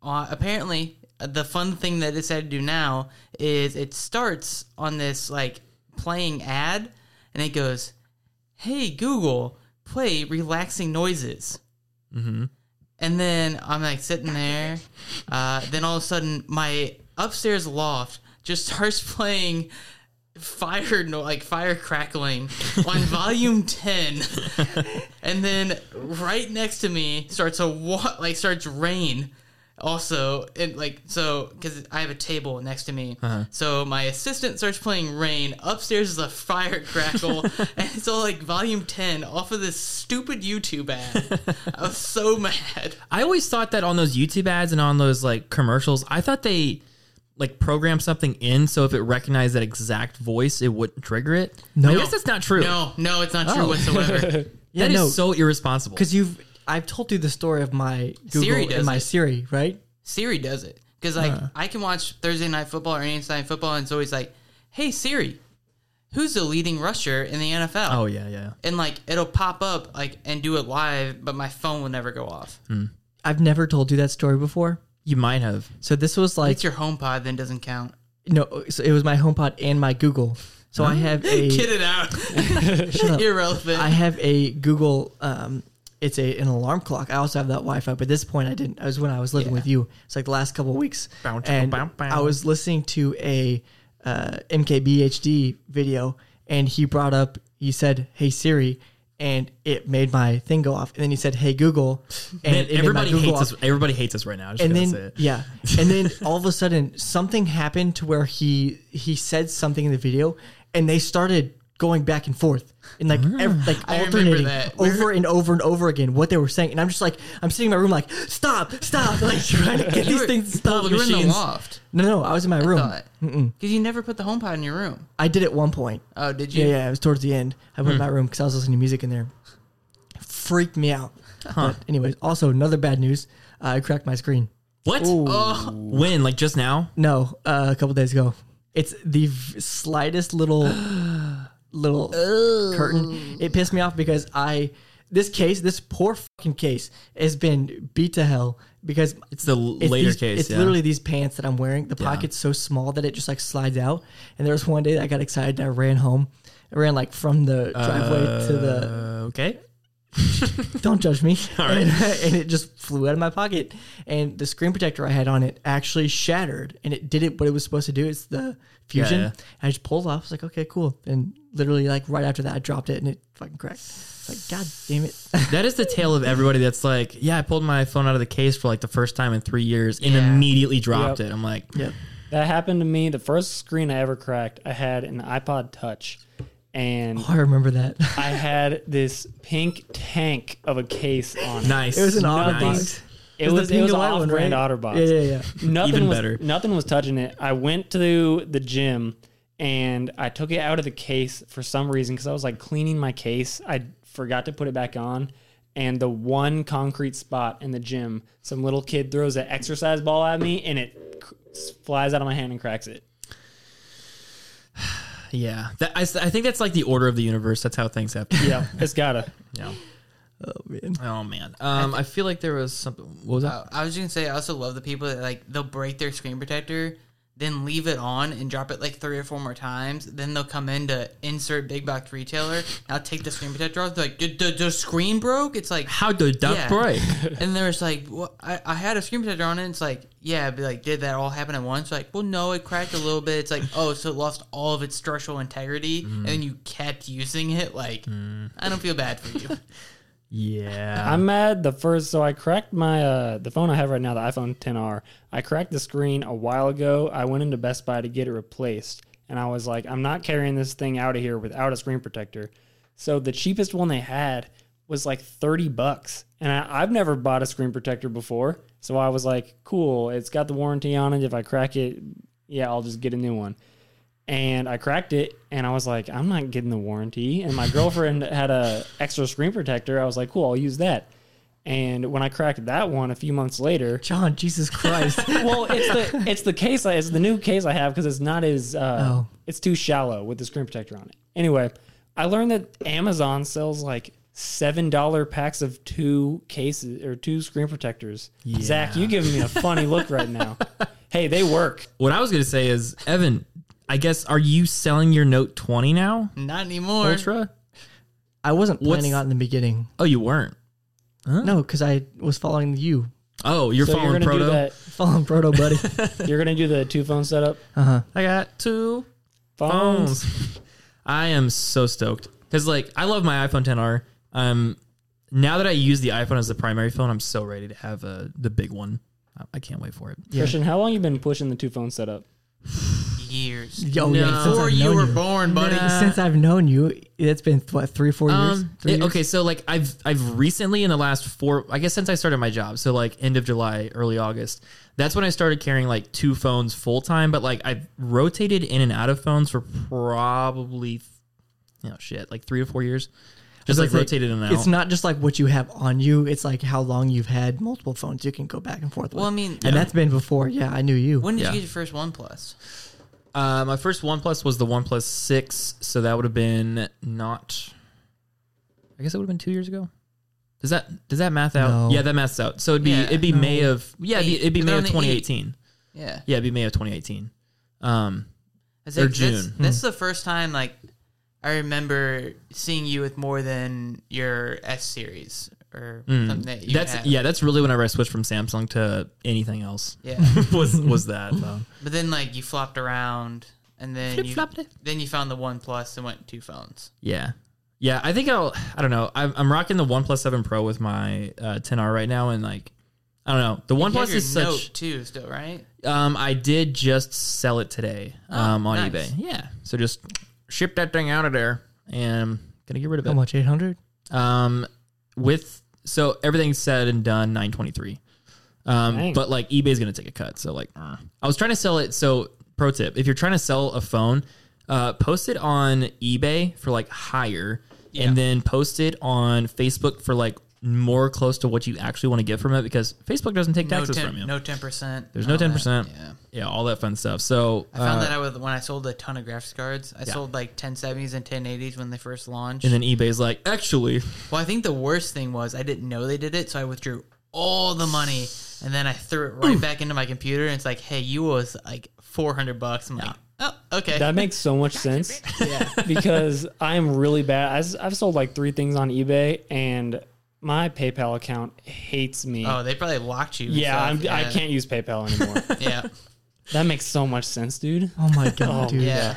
[SPEAKER 3] uh, apparently uh, the fun thing that it said to do now is it starts on this like playing ad and it goes hey google play relaxing noises and then i'm like sitting there uh, then all of a sudden my upstairs loft just starts playing fire no- like fire crackling on volume 10 and then right next to me starts a what like starts rain also and like so because i have a table next to me so my assistant starts playing rain upstairs is a fire crackle and it's all like volume 10 off of this stupid youtube ad i was so mad
[SPEAKER 1] I always thought that on those YouTube ads and on those like commercials, I thought they like program something in so if it recognized that exact voice, it wouldn't trigger it. No, I guess that's not true.
[SPEAKER 3] no no it's not true whatsoever
[SPEAKER 1] that is
[SPEAKER 2] no.
[SPEAKER 1] so irresponsible.
[SPEAKER 2] Because you've, I've told you the story of my Google
[SPEAKER 3] Siri
[SPEAKER 2] and
[SPEAKER 3] does
[SPEAKER 2] my
[SPEAKER 3] it.
[SPEAKER 2] Siri, right?
[SPEAKER 3] Siri does it because like I can watch Thursday night football or any night football, and it's always like, "Hey Siri, who's the leading rusher in the NFL?"
[SPEAKER 1] oh yeah, yeah.
[SPEAKER 3] and like it'll pop up like and do it live, but my phone will never go off.
[SPEAKER 2] I've never told you that story before.
[SPEAKER 1] You might have.
[SPEAKER 2] So this was like
[SPEAKER 3] It's your HomePod, then doesn't count.
[SPEAKER 2] no, so it was my HomePod and my Google. So I have a
[SPEAKER 3] Get it out.
[SPEAKER 2] Shut up.
[SPEAKER 3] Irrelevant.
[SPEAKER 2] I have a Google um, it's a an alarm clock. I also have that Wi-Fi, but at this point I didn't. I was when I was living with you. It's like the last couple of weeks,
[SPEAKER 1] Bow, chicka,
[SPEAKER 2] and
[SPEAKER 1] bow, bow.
[SPEAKER 2] I was listening to a uh, MKBHD video, and he brought up. He said, "Hey Siri." And it made my thing go off. And then he said, "Hey Google," and
[SPEAKER 1] Man,
[SPEAKER 2] it made my
[SPEAKER 1] everybody
[SPEAKER 2] Google
[SPEAKER 1] hates
[SPEAKER 2] off
[SPEAKER 1] us. Everybody hates us right now. I'm just
[SPEAKER 2] and
[SPEAKER 1] gonna
[SPEAKER 2] then
[SPEAKER 1] say it.
[SPEAKER 2] yeah and then all of a sudden something happened to where he he said something in the video and they started going back and forth and like ev- like
[SPEAKER 3] Ah, I remember
[SPEAKER 2] alternating
[SPEAKER 3] that.
[SPEAKER 2] over and over and over again what they were saying and i'm just like i'm sitting in my room like stop stop like trying to get these
[SPEAKER 3] were-
[SPEAKER 2] things to stop
[SPEAKER 3] you were in the loft.
[SPEAKER 2] no no i was in my room
[SPEAKER 3] Because you never put the home pod in your room.
[SPEAKER 2] i did at one point
[SPEAKER 3] Oh, did you? Hmm.
[SPEAKER 2] yeah yeah it was towards the end i went in my room because i was listening to music in there freaked me out but anyways also another bad news i cracked my screen
[SPEAKER 1] What? Oh, when? Like just now?
[SPEAKER 2] No, uh, a couple days ago. It's the v- slightest little little curtain. It pissed me off because I this case, this poor fucking case, has been beat to hell because
[SPEAKER 1] It's the l- later
[SPEAKER 2] these-
[SPEAKER 1] case.
[SPEAKER 2] It's
[SPEAKER 1] yeah.
[SPEAKER 2] literally these pants that I'm wearing. The pocket's so small that it just like slides out. And there was one day that I got excited. and I ran home. I ran like from the driveway to the
[SPEAKER 1] Uh, okay.
[SPEAKER 2] don't judge me.
[SPEAKER 1] right.
[SPEAKER 2] and, and it just flew out of my pocket. And the screen protector I had on it actually shattered and it did it what it was supposed to do. It's the fusion.
[SPEAKER 1] Yeah, yeah.
[SPEAKER 2] I just pulled off. I was like, okay, cool. And literally, like, right after that, I dropped it and it fucking cracked. It's Like, God damn it.
[SPEAKER 1] That is the tale of everybody that's like, yeah, I pulled my phone out of the case for like the first time in three years and
[SPEAKER 3] Yeah.
[SPEAKER 1] immediately dropped
[SPEAKER 4] Yep.
[SPEAKER 1] it. I'm like,
[SPEAKER 2] yep.
[SPEAKER 4] That happened to me. The first screen I ever cracked, I had an iPod Touch, and
[SPEAKER 2] Oh, I remember that.
[SPEAKER 4] I had this pink tank of a case on. it.
[SPEAKER 1] nice.
[SPEAKER 2] It was an
[SPEAKER 4] Nothing.
[SPEAKER 2] odd
[SPEAKER 1] Nice.
[SPEAKER 2] box.
[SPEAKER 4] It was
[SPEAKER 2] the
[SPEAKER 4] it
[SPEAKER 2] pink
[SPEAKER 4] was an
[SPEAKER 2] and white one,
[SPEAKER 4] off-brand
[SPEAKER 2] right?
[SPEAKER 4] OtterBox.
[SPEAKER 2] Yeah, yeah, yeah.
[SPEAKER 4] Nothing
[SPEAKER 1] Even
[SPEAKER 4] was,
[SPEAKER 1] better.
[SPEAKER 4] Nothing was touching it. I went to the gym and I took it out of the case for some reason because I was like cleaning my case. I forgot to put it back on. And the one concrete spot in the gym, some little kid throws an exercise ball at me and it c- flies out of my hand and cracks it.
[SPEAKER 1] Yeah. That, I, s- I think that's like the order of the universe. That's how things happen.
[SPEAKER 4] Yeah, it's gotta.
[SPEAKER 1] yeah.
[SPEAKER 2] Oh, man.
[SPEAKER 1] Oh, man. Um, I, feel like there was something. What was that?
[SPEAKER 3] Uh, I was just gonna say, I also love the people that like they'll break their screen protector, then leave it on and drop it like three or four more times. Then they'll come in to insert big box retailer. and I'll take the screen protector off. They're like, the, the, the screen broke. It's like,
[SPEAKER 1] how did that
[SPEAKER 3] Yeah.
[SPEAKER 1] break?
[SPEAKER 3] and they're just like, well, I, I had a screen protector on it. It's like, yeah, but like, did that all happen at once? Like, well, no, it cracked a little bit. It's like, oh, so it lost all of its structural integrity,
[SPEAKER 1] Mm-hmm.
[SPEAKER 3] and then you kept using it. Like,
[SPEAKER 1] Mm.
[SPEAKER 3] I don't feel bad for you.
[SPEAKER 1] yeah.
[SPEAKER 4] I'm mad the first so I cracked my uh the phone I have right now, the iPhone 10R. I cracked the screen a while ago. I went into Best Buy to get it replaced and I was like, I'm not carrying this thing out of here without a screen protector. So the cheapest one they had was like 30 bucks. And I, I've never bought a screen protector before. So I was like, cool, it's got the warranty on it. If I crack it, yeah, I'll just get a new one and I cracked it and I was like, I'm not getting the warranty. And my girlfriend had a extra screen protector. I was like, cool, I'll use that. And when I cracked that one a few months later,
[SPEAKER 2] John, Jesus Christ.
[SPEAKER 4] well, it's the it's the case I, it's the new case I have because it's not as uh,
[SPEAKER 2] Oh.
[SPEAKER 4] it's too shallow with the screen protector on it. Anyway, I learned that Amazon sells like seven dollar packs of two cases or two screen protectors. Zach, you giving me a funny look right now. Hey, they work.
[SPEAKER 1] what I was going to say is, Evan, I guess, are you selling your Note 20 now?
[SPEAKER 3] Not anymore.
[SPEAKER 1] Ultra?
[SPEAKER 2] I wasn't
[SPEAKER 1] What's-
[SPEAKER 2] planning on it in the beginning.
[SPEAKER 1] Oh, you weren't.
[SPEAKER 2] No, because I was following you.
[SPEAKER 1] Oh, you're
[SPEAKER 4] So
[SPEAKER 1] following
[SPEAKER 4] you're gonna
[SPEAKER 1] Proto?
[SPEAKER 4] do that.
[SPEAKER 2] Following Proto Buddy.
[SPEAKER 4] You're gonna do the two phone setup.
[SPEAKER 1] I got two
[SPEAKER 4] Phones.
[SPEAKER 1] phones. I am so stoked because like I love my iPhone 10R. Um, now that I use the iPhone as the primary phone, I'm so ready to have uh, the big one. I- I can't wait for it.
[SPEAKER 4] Christian, how long you been pushing the two phone setup?
[SPEAKER 3] Years.
[SPEAKER 2] Yo, yeah, since
[SPEAKER 3] Before
[SPEAKER 2] I've
[SPEAKER 3] you
[SPEAKER 2] known
[SPEAKER 3] were
[SPEAKER 2] you.
[SPEAKER 3] born, buddy.
[SPEAKER 1] Nah.
[SPEAKER 2] since I've known you, it's been what three, four years.
[SPEAKER 1] Um,
[SPEAKER 2] Three
[SPEAKER 1] it-
[SPEAKER 2] years?
[SPEAKER 1] okay, so like I've I've recently in the last four, I guess since I started my job, so like end of July, early August, that's when I started carrying like two phones full time. But like I've rotated in and out of phones for probably, you know, shit, like three to four years. Just like,
[SPEAKER 2] It's like-
[SPEAKER 1] rotated in and out.
[SPEAKER 2] It's not just like what you have on you; it's like how long you've had multiple phones. You can go back and forth. With.
[SPEAKER 3] Well, I mean,
[SPEAKER 2] and that's been before. Yeah, I knew you.
[SPEAKER 3] when did
[SPEAKER 1] Yeah.
[SPEAKER 3] you get your first OnePlus?
[SPEAKER 1] Uh, my first OnePlus was the OnePlus Six, so that would have been not. I guess it would have been two years ago. Does that does that math out?
[SPEAKER 2] No.
[SPEAKER 1] Yeah, that maths out. So it'd be
[SPEAKER 3] Yeah.
[SPEAKER 1] it'd be May of yeah it'd be,
[SPEAKER 3] Eight.
[SPEAKER 1] it'd be
[SPEAKER 3] They're
[SPEAKER 1] May
[SPEAKER 3] on
[SPEAKER 1] of
[SPEAKER 3] the eight.
[SPEAKER 1] 2018.
[SPEAKER 3] Yeah.
[SPEAKER 1] Yeah, it'd be May of 2018. Um,
[SPEAKER 3] I was
[SPEAKER 1] Or
[SPEAKER 3] like, That's,
[SPEAKER 1] June. Hmm.
[SPEAKER 3] that's the first time like I remember seeing you with more than your S series or something that you
[SPEAKER 1] Hmm. that's
[SPEAKER 3] have.
[SPEAKER 1] yeah. That's really whenever I switched from Samsung to anything else.
[SPEAKER 3] Yeah.
[SPEAKER 1] was was that phone?
[SPEAKER 3] But then like you flopped around and then you, then you found the one plus and went two phones.
[SPEAKER 1] Yeah, yeah. I think I'll. I don't know. I'm, I'm rocking the One Plus Seven Pro with my uh, 10R right now, and like. I don't know. The One
[SPEAKER 3] You have
[SPEAKER 1] Plus
[SPEAKER 3] your
[SPEAKER 1] is
[SPEAKER 3] note
[SPEAKER 1] such.
[SPEAKER 3] too still, right?
[SPEAKER 1] Um, I did just sell it today um, on
[SPEAKER 3] Oh, nice.
[SPEAKER 1] eBay. Yeah. So just ship that thing out of there, and I'm gonna get rid of
[SPEAKER 2] How
[SPEAKER 1] it.
[SPEAKER 2] much? Eight hundred.
[SPEAKER 1] Um, with so everything's said and done, nine twenty three. Um,
[SPEAKER 4] Dang.
[SPEAKER 1] but like eBay's gonna take a cut. So like,
[SPEAKER 3] Ah.
[SPEAKER 1] uh. I was trying to sell it. So pro tip: if you're trying to sell a phone, uh, post it on eBay for like higher,
[SPEAKER 3] Yeah.
[SPEAKER 1] and then post it on Facebook for like more close to what you actually want to get from it because Facebook doesn't take
[SPEAKER 3] No
[SPEAKER 1] taxes from you.
[SPEAKER 3] ten, no ten percent.
[SPEAKER 1] There's no ten percent.
[SPEAKER 3] Yeah.
[SPEAKER 1] Yeah, all that fun stuff. So
[SPEAKER 3] I found
[SPEAKER 1] uh,
[SPEAKER 3] that I would when I sold a ton of graphics cards. I sold like 1070s and 1080s when they first launched.
[SPEAKER 1] and then eBay's like, actually,
[SPEAKER 3] well, I think the worst thing was I didn't know they did it, so I withdrew all the money and then I threw it right back into my computer. And it's like, hey, you owe us like 400 bucks. I'm like, oh, okay.
[SPEAKER 4] That makes so much sense. yeah. Because I'm really bad. I s- I've sold like three things on eBay and my PayPal account hates me.
[SPEAKER 3] oh, they probably locked you. and
[SPEAKER 4] yeah,
[SPEAKER 3] stuff.
[SPEAKER 4] I'm, I
[SPEAKER 3] Yeah.
[SPEAKER 4] can't use PayPal anymore.
[SPEAKER 3] Yeah.
[SPEAKER 4] that makes so much sense, dude.
[SPEAKER 2] Oh my god, dude.
[SPEAKER 3] Yeah.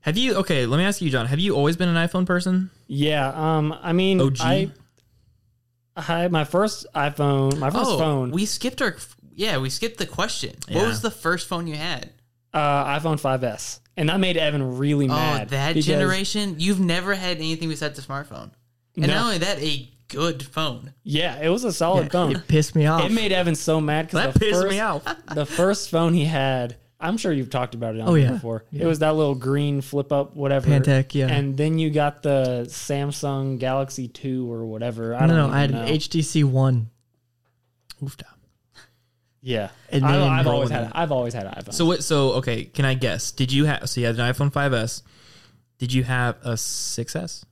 [SPEAKER 1] have you? Okay, let me ask you, John. Have you always been an iPhone person?
[SPEAKER 4] Yeah. Um. I mean,
[SPEAKER 1] OG?
[SPEAKER 4] I, I my first iPhone, my first
[SPEAKER 3] Oh,
[SPEAKER 4] phone,
[SPEAKER 3] we skipped our. Yeah, we skipped the question.
[SPEAKER 1] Yeah.
[SPEAKER 3] What was the first phone you had?
[SPEAKER 4] uh, iPhone 5S, and that made Evan really
[SPEAKER 3] Oh,
[SPEAKER 4] mad.
[SPEAKER 3] that
[SPEAKER 4] because-
[SPEAKER 3] generation! You've never had anything besides a smartphone, and
[SPEAKER 4] No.
[SPEAKER 3] not only that, a good phone.
[SPEAKER 4] Yeah, it was a solid phone.
[SPEAKER 2] It pissed me off.
[SPEAKER 4] It made Evan so mad because
[SPEAKER 1] That
[SPEAKER 4] the
[SPEAKER 1] pissed
[SPEAKER 4] first,
[SPEAKER 1] me off.
[SPEAKER 4] the first phone he had, I'm sure you've talked about it on
[SPEAKER 2] Oh,
[SPEAKER 4] here
[SPEAKER 2] yeah.
[SPEAKER 4] before.
[SPEAKER 2] Yeah.
[SPEAKER 4] It was that little green flip up, whatever.
[SPEAKER 2] Pantech, yeah.
[SPEAKER 4] And then you got the Samsung Galaxy 2 or whatever.
[SPEAKER 2] no,
[SPEAKER 4] I don't
[SPEAKER 2] no,
[SPEAKER 4] even
[SPEAKER 2] I had
[SPEAKER 4] know.
[SPEAKER 2] an HTC One.
[SPEAKER 4] Yeah.
[SPEAKER 2] And
[SPEAKER 4] I,
[SPEAKER 2] then
[SPEAKER 4] I've,
[SPEAKER 2] roll
[SPEAKER 4] always
[SPEAKER 2] with
[SPEAKER 4] had, I've always had an iPhone.
[SPEAKER 1] So what? So okay, can I guess? Did you have? So you had an iPhone 5S. Did you have a 6S?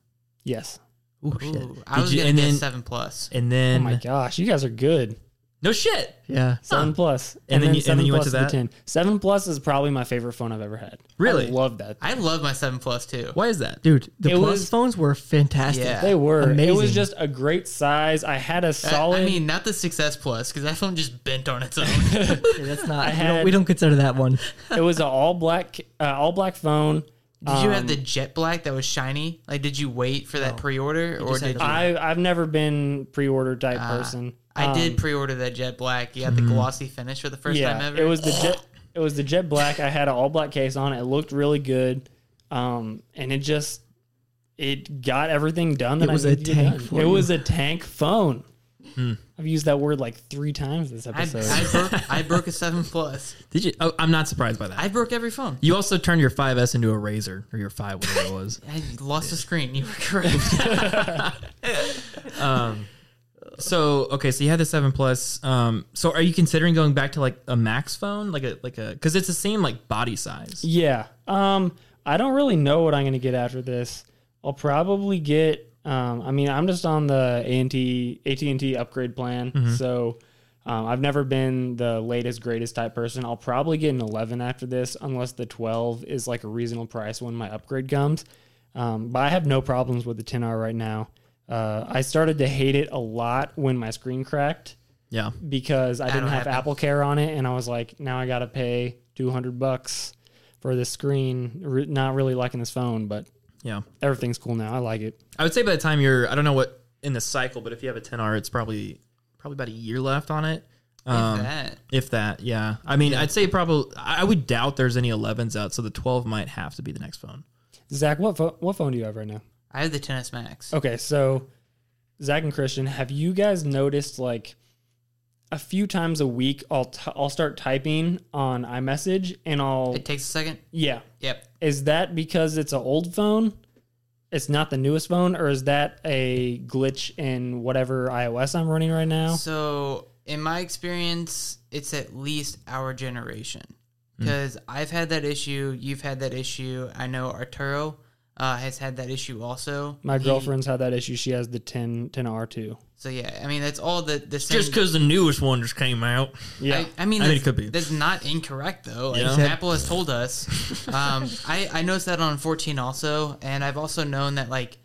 [SPEAKER 4] yes.
[SPEAKER 2] Oh,
[SPEAKER 1] Ooh,
[SPEAKER 3] Ooh, I was
[SPEAKER 1] Did you-
[SPEAKER 3] gonna
[SPEAKER 1] and
[SPEAKER 3] get
[SPEAKER 1] then-
[SPEAKER 3] a seven plus.
[SPEAKER 1] And
[SPEAKER 4] Oh
[SPEAKER 1] then
[SPEAKER 4] my gosh, you guys are good.
[SPEAKER 1] no shit,
[SPEAKER 2] Yeah.
[SPEAKER 4] Seven plus,
[SPEAKER 1] And then you- and then you went
[SPEAKER 4] plus
[SPEAKER 1] to
[SPEAKER 4] is
[SPEAKER 1] that?
[SPEAKER 4] the ten. Seven plus is probably my favorite phone I've ever had.
[SPEAKER 1] Really?
[SPEAKER 4] I love that.
[SPEAKER 3] I love my seven plus too.
[SPEAKER 1] why is that?
[SPEAKER 2] Dude, the
[SPEAKER 4] It
[SPEAKER 2] plus
[SPEAKER 4] was-
[SPEAKER 2] phones were fantastic.
[SPEAKER 3] Yeah.
[SPEAKER 4] They were. It was
[SPEAKER 2] Amazing.
[SPEAKER 4] just a great size. I had a
[SPEAKER 3] I-
[SPEAKER 4] solid.
[SPEAKER 3] I, mean, not the 6S plus because that phone just bent on its own.
[SPEAKER 2] Yeah, that's not.
[SPEAKER 4] I
[SPEAKER 2] we, don't,
[SPEAKER 4] had-
[SPEAKER 2] we don't consider that one.
[SPEAKER 4] it was an all black, uh, all black phone.
[SPEAKER 3] did you have the
[SPEAKER 4] Um,
[SPEAKER 3] jet black that was shiny? Like, did you wait for that pre-order or
[SPEAKER 2] just had
[SPEAKER 3] did you?
[SPEAKER 2] to-
[SPEAKER 4] I I've never been pre-order type person.
[SPEAKER 3] Ah, I
[SPEAKER 4] Um, mm-hmm.
[SPEAKER 3] did pre-order that jet black. You got the glossy finish for the first
[SPEAKER 4] yeah,
[SPEAKER 3] time ever.
[SPEAKER 4] it was the jet. It was the jet black. I had an all black case on. it. It looked really good, um, and it just it got everything done. That
[SPEAKER 2] It was
[SPEAKER 4] I
[SPEAKER 2] a
[SPEAKER 4] needed to get
[SPEAKER 2] tank
[SPEAKER 4] done.
[SPEAKER 2] for
[SPEAKER 4] it
[SPEAKER 2] you.
[SPEAKER 4] was a tank phone. I've used that word like three times this
[SPEAKER 3] Hmm. I,
[SPEAKER 4] episode.
[SPEAKER 3] I broke. I broke a seven plus.
[SPEAKER 1] Did you? Oh, I'm not surprised by that.
[SPEAKER 3] I broke every phone.
[SPEAKER 1] you also turned your 5S into a razor or your 5, whatever it was.
[SPEAKER 3] I lost a screen. You were correct.
[SPEAKER 1] So okay, so you had the seven plus. Um, so are you considering going back to like a max phone, like a like a because it's the same like body size.
[SPEAKER 4] yeah. Um, I don't really know what I'm gonna get after this. I'll probably get. Um, I mean, I'm just on the AT AT and T upgrade plan, so um, I've never been the latest greatest type person. I'll probably get an 11 after this, unless the 12 is like a reasonable price when my upgrade comes. Um, but I have no problems with the 10R right now. Uh, I started to hate it a lot when my screen cracked
[SPEAKER 1] Yeah,
[SPEAKER 4] because I didn't
[SPEAKER 3] don't
[SPEAKER 4] have
[SPEAKER 3] have
[SPEAKER 4] Apple Care on it, and I was like, now I gotta pay two hundred bucks for this screen. Re- not really liking this phone, but
[SPEAKER 1] yeah.
[SPEAKER 4] everything's cool now. I like it.
[SPEAKER 1] I would say by the time you're, I don't know what in the cycle, but if you have a 10R, it's probably probably about a year left on it. Um,
[SPEAKER 3] that.
[SPEAKER 1] If that, yeah. I mean, I'd say probably. I I would doubt there's any 11s out, so the 12 might have to be the next phone.
[SPEAKER 4] Zach, what pho- what phone do you have right now?
[SPEAKER 3] I have the 10s Max.
[SPEAKER 4] Okay, so Zach and Christian, have you guys noticed like a few times a week I'll t- I'll start typing on iMessage and I'll
[SPEAKER 3] It takes a second.
[SPEAKER 4] yeah.
[SPEAKER 3] Yep.
[SPEAKER 4] Is that because it's an old phone? It's not the newest phone, or is that a glitch in whatever iOS I'm running right now?
[SPEAKER 3] So, in my experience, it's at least our generation because I've had that issue. You've had that issue. I know Arturo uh, has had that issue also.
[SPEAKER 4] My
[SPEAKER 3] He-
[SPEAKER 4] girlfriend's had that issue. She has the 10 10R2.
[SPEAKER 3] So yeah, I mean that's all the the same.
[SPEAKER 1] Just because the newest one just came out.
[SPEAKER 4] Yeah.
[SPEAKER 3] I, I mean,
[SPEAKER 1] I mean,
[SPEAKER 3] that's-
[SPEAKER 1] it could be.
[SPEAKER 3] That's not incorrect though. Like,
[SPEAKER 1] Yeah.
[SPEAKER 3] Apple has told us. Um, I I noticed that on 14 also, and I've also known that like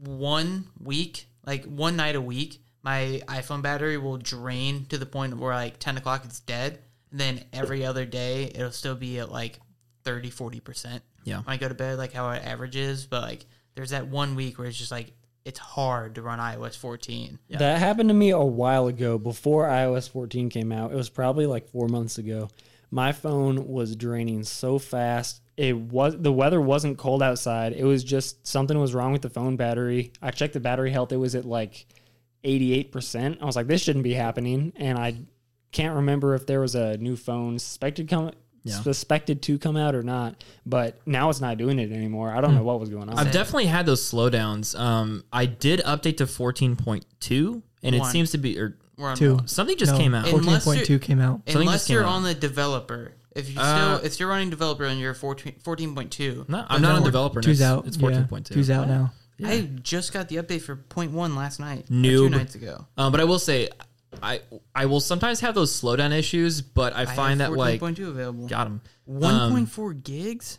[SPEAKER 3] one week, like one night a week, my iPhone battery will drain to the point where like 10 o'clock it's dead. And then every other day it'll still be at like 30, 40%.
[SPEAKER 1] Yeah.
[SPEAKER 3] When I go to bed, like how it averages. But like there's that one week where it's just like, it's hard to run iOS 14. Yeah.
[SPEAKER 4] That happened to me a while ago before iOS 14 came out. It was probably like four months ago. My phone was draining so fast. It was the weather wasn't cold outside. It was just something was wrong with the phone battery. I checked the battery health. It was at like 88%. I was like, this shouldn't be happening. And I can't remember if there was a new phone suspected come suspected to come out or not. But now it's not doing it anymore. I don't know what was going on.
[SPEAKER 1] I've definitely had those slowdowns. Um, I did update to fourteen point two, and it
[SPEAKER 3] One.
[SPEAKER 1] seems to be or
[SPEAKER 3] We're on
[SPEAKER 2] Two.
[SPEAKER 1] something just
[SPEAKER 2] No,
[SPEAKER 1] came out.
[SPEAKER 3] It- Unless
[SPEAKER 2] 14.2
[SPEAKER 3] you're-
[SPEAKER 2] came out.
[SPEAKER 1] Something just
[SPEAKER 3] Unless
[SPEAKER 1] came
[SPEAKER 3] you're
[SPEAKER 1] out.
[SPEAKER 3] on the developer. If you
[SPEAKER 1] Uh,
[SPEAKER 3] still if you're running developer and you're 14, 14.2.
[SPEAKER 1] No, I'm not a developer.
[SPEAKER 2] Two's
[SPEAKER 1] it's,
[SPEAKER 2] out.
[SPEAKER 1] It's
[SPEAKER 2] yeah.
[SPEAKER 1] fourteen point two.
[SPEAKER 2] Two's out now.
[SPEAKER 3] I just got the update for point 0.1 last night. or Two
[SPEAKER 1] Noob.
[SPEAKER 3] nights ago.
[SPEAKER 1] Um, but I will say, I I will sometimes have those slowdown issues, but I
[SPEAKER 3] I
[SPEAKER 1] find
[SPEAKER 3] have
[SPEAKER 1] that like um,
[SPEAKER 3] 14.2 available.
[SPEAKER 1] got them.
[SPEAKER 3] 1.4 gigs?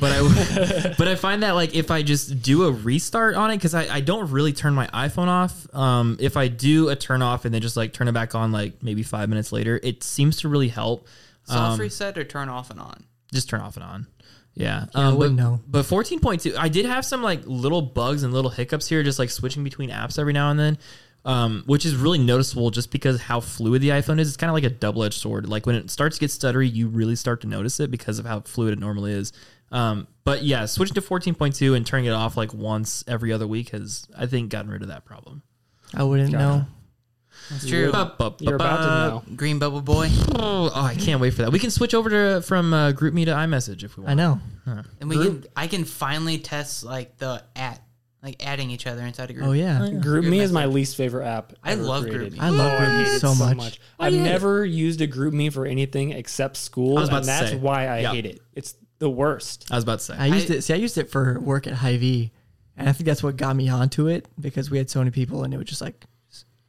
[SPEAKER 1] but I but I find that like if I just do a restart on it because I, I don't really turn my iPhone off. Um, if I do a turn off and then just like turn it back on like maybe five minutes later, it seems to really help. um,
[SPEAKER 3] Soft reset or turn off and on?
[SPEAKER 1] Just turn off and on. Yeah. Um, but,
[SPEAKER 2] wouldn't know.
[SPEAKER 1] But fourteen point two, I did have some like little bugs and little hiccups here, just like switching between apps every now and then. Um, which is really noticeable just because how fluid the iPhone is. It's kind of like a double edged sword. Like when it starts to get stuttery, you really start to notice it because of how fluid it normally is. Um, but yeah, switching to 14.2 and turning it off like once every other week has, I think, gotten rid of that problem.
[SPEAKER 2] I wouldn't know.
[SPEAKER 3] That's true.
[SPEAKER 4] You're about to know.
[SPEAKER 3] Green Bubble Boy.
[SPEAKER 1] Oh, I can't wait for that. We can switch over to from uh, GroupMe to iMessage if we want.
[SPEAKER 2] I know.
[SPEAKER 3] And we can I can finally test like the at like adding each other inside a group.
[SPEAKER 2] Oh yeah.
[SPEAKER 4] GroupMe is my least favorite app.
[SPEAKER 3] I
[SPEAKER 4] ever
[SPEAKER 3] love
[SPEAKER 4] created.
[SPEAKER 3] GroupMe.
[SPEAKER 2] I love
[SPEAKER 4] I
[SPEAKER 2] Grim
[SPEAKER 4] hate it
[SPEAKER 2] so much.
[SPEAKER 4] I've never used a GroupMe for anything except school,
[SPEAKER 1] Oh, I was about
[SPEAKER 4] and
[SPEAKER 1] to
[SPEAKER 4] that's
[SPEAKER 1] say.
[SPEAKER 4] why I
[SPEAKER 1] Yeah.
[SPEAKER 4] hate it. It's the worst.
[SPEAKER 1] I was about to say.
[SPEAKER 2] I used it. See, I used it for work at High V, and I think that's what got me onto it because we had so many people, and it was just like,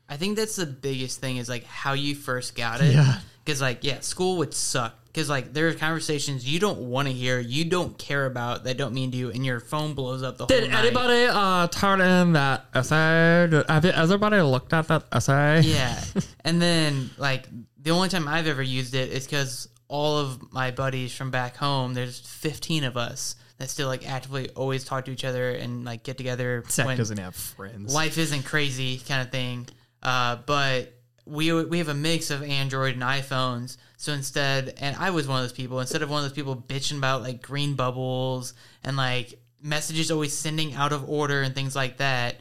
[SPEAKER 3] I think that's the biggest thing is like how you first got it.
[SPEAKER 2] Yeah.
[SPEAKER 3] Cause like yeah, school would suck. Cause like there are conversations you don't want to hear, you don't care about, that don't mean to you, and your phone blows up the whole
[SPEAKER 1] Did
[SPEAKER 3] night.
[SPEAKER 1] anybody uh, turn in that essay? Did- Have you, has everybody looked at that essay?
[SPEAKER 3] Yeah. and then like the only time I've ever used it is because all of my buddies from back home, there's 15 of us that still like actively always talk to each other and like get together.
[SPEAKER 1] Zach
[SPEAKER 3] when-
[SPEAKER 1] doesn't have friends.
[SPEAKER 3] life isn't crazy kind of thing. Uh, but we we have a mix of Android and iPhones. So instead, and I was one of those people. Instead of one of those people bitching about like green bubbles and like messages always sending out of order and things like that,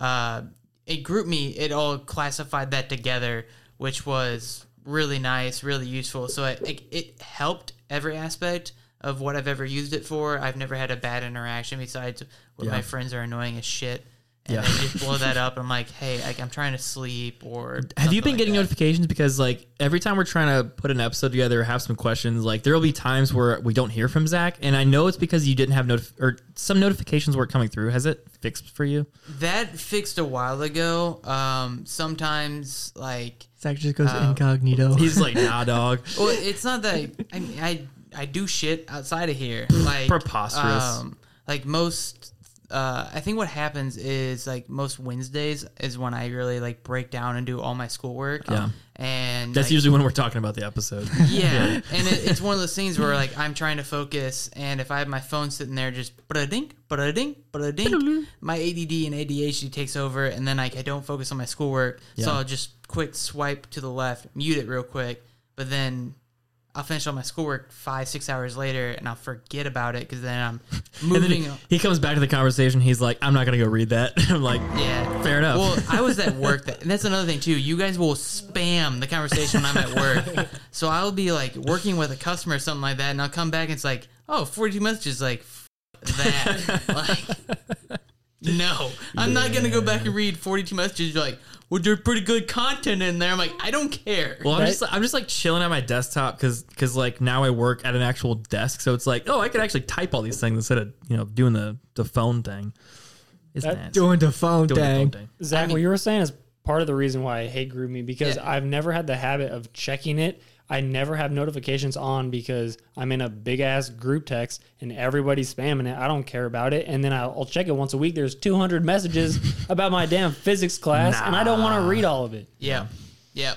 [SPEAKER 3] uh, it grouped me. It all classified that together, which was really nice, really useful. So it it, it helped every aspect. Of what I've ever used it for, I've never had a bad interaction besides when my friends are annoying as shit and
[SPEAKER 1] Yeah.
[SPEAKER 3] then just blow that up. I'm like, hey, like I'm trying to sleep or.
[SPEAKER 1] Have you
[SPEAKER 3] something
[SPEAKER 1] been
[SPEAKER 3] like
[SPEAKER 1] getting
[SPEAKER 3] that.
[SPEAKER 1] notifications? Because like every time we're trying to put an episode together, have some questions, like there will be times where we don't hear from Zach, and I know it's because you didn't have notif- or some notifications weren't coming through. Has it fixed for you?
[SPEAKER 3] that fixed a while ago? Um, sometimes like,
[SPEAKER 2] Zach just goes incognito.
[SPEAKER 1] He's like, nah, dog.
[SPEAKER 3] well, it's not that I mean, I I do shit outside of here. Like um,
[SPEAKER 1] Preposterous.
[SPEAKER 3] like most. Uh, I think what happens is like most Wednesdays is when I really like break down and do all my schoolwork.
[SPEAKER 1] Yeah.
[SPEAKER 3] and
[SPEAKER 1] That's
[SPEAKER 3] like,
[SPEAKER 1] usually when we're talking about the episode.
[SPEAKER 3] Yeah, and it, it's one of those things where like I'm trying to focus, and if I have my phone sitting there, just ba-da-dink, ba-da-dink, ba-da-dink, my ADD and ADHD takes over, and then like I don't focus on my schoolwork,
[SPEAKER 1] Yeah.
[SPEAKER 3] so I'll just quick swipe to the left, mute it real quick, but then I'll finish all my schoolwork five, six hours later, and I'll forget about it because then I'm
[SPEAKER 1] And then
[SPEAKER 3] moving.
[SPEAKER 1] he, he comes back to the conversation. He's like, I'm not gonna go read that. I'm like,
[SPEAKER 3] Yeah.
[SPEAKER 1] Fair enough.
[SPEAKER 3] Well, I was at work. That, and that's another thing, too. You guys will spam the conversation when I'm at work. So I'll be like working with a customer or something like that. And I'll come back and it's like, oh, 42 messages. Like, f- that. like, no. I'm not going to go back and read 42 messages. You're like, well, there's pretty good content in there. I'm like, I don't care.
[SPEAKER 1] Well, I'm
[SPEAKER 4] That-
[SPEAKER 1] just I'm just like chilling at my desktop because like now I work at an actual desk, so it's like oh I could actually type all these things instead of you know doing the the phone thing. It's
[SPEAKER 4] That-
[SPEAKER 1] nasty.
[SPEAKER 2] doing the phone
[SPEAKER 1] Doing the phone
[SPEAKER 2] thing.
[SPEAKER 1] thing.
[SPEAKER 4] Zach, what you were saying is part of the reason why I hate GroupMe because I've never had the habit of checking it. I never have notifications on because I'm in a big ass group text and everybody's spamming it. I don't care about it. And then I'll, I'll check it once a week. There's 200 messages about my damn physics class, and I don't want to read all of it.
[SPEAKER 3] Yeah. Yeah.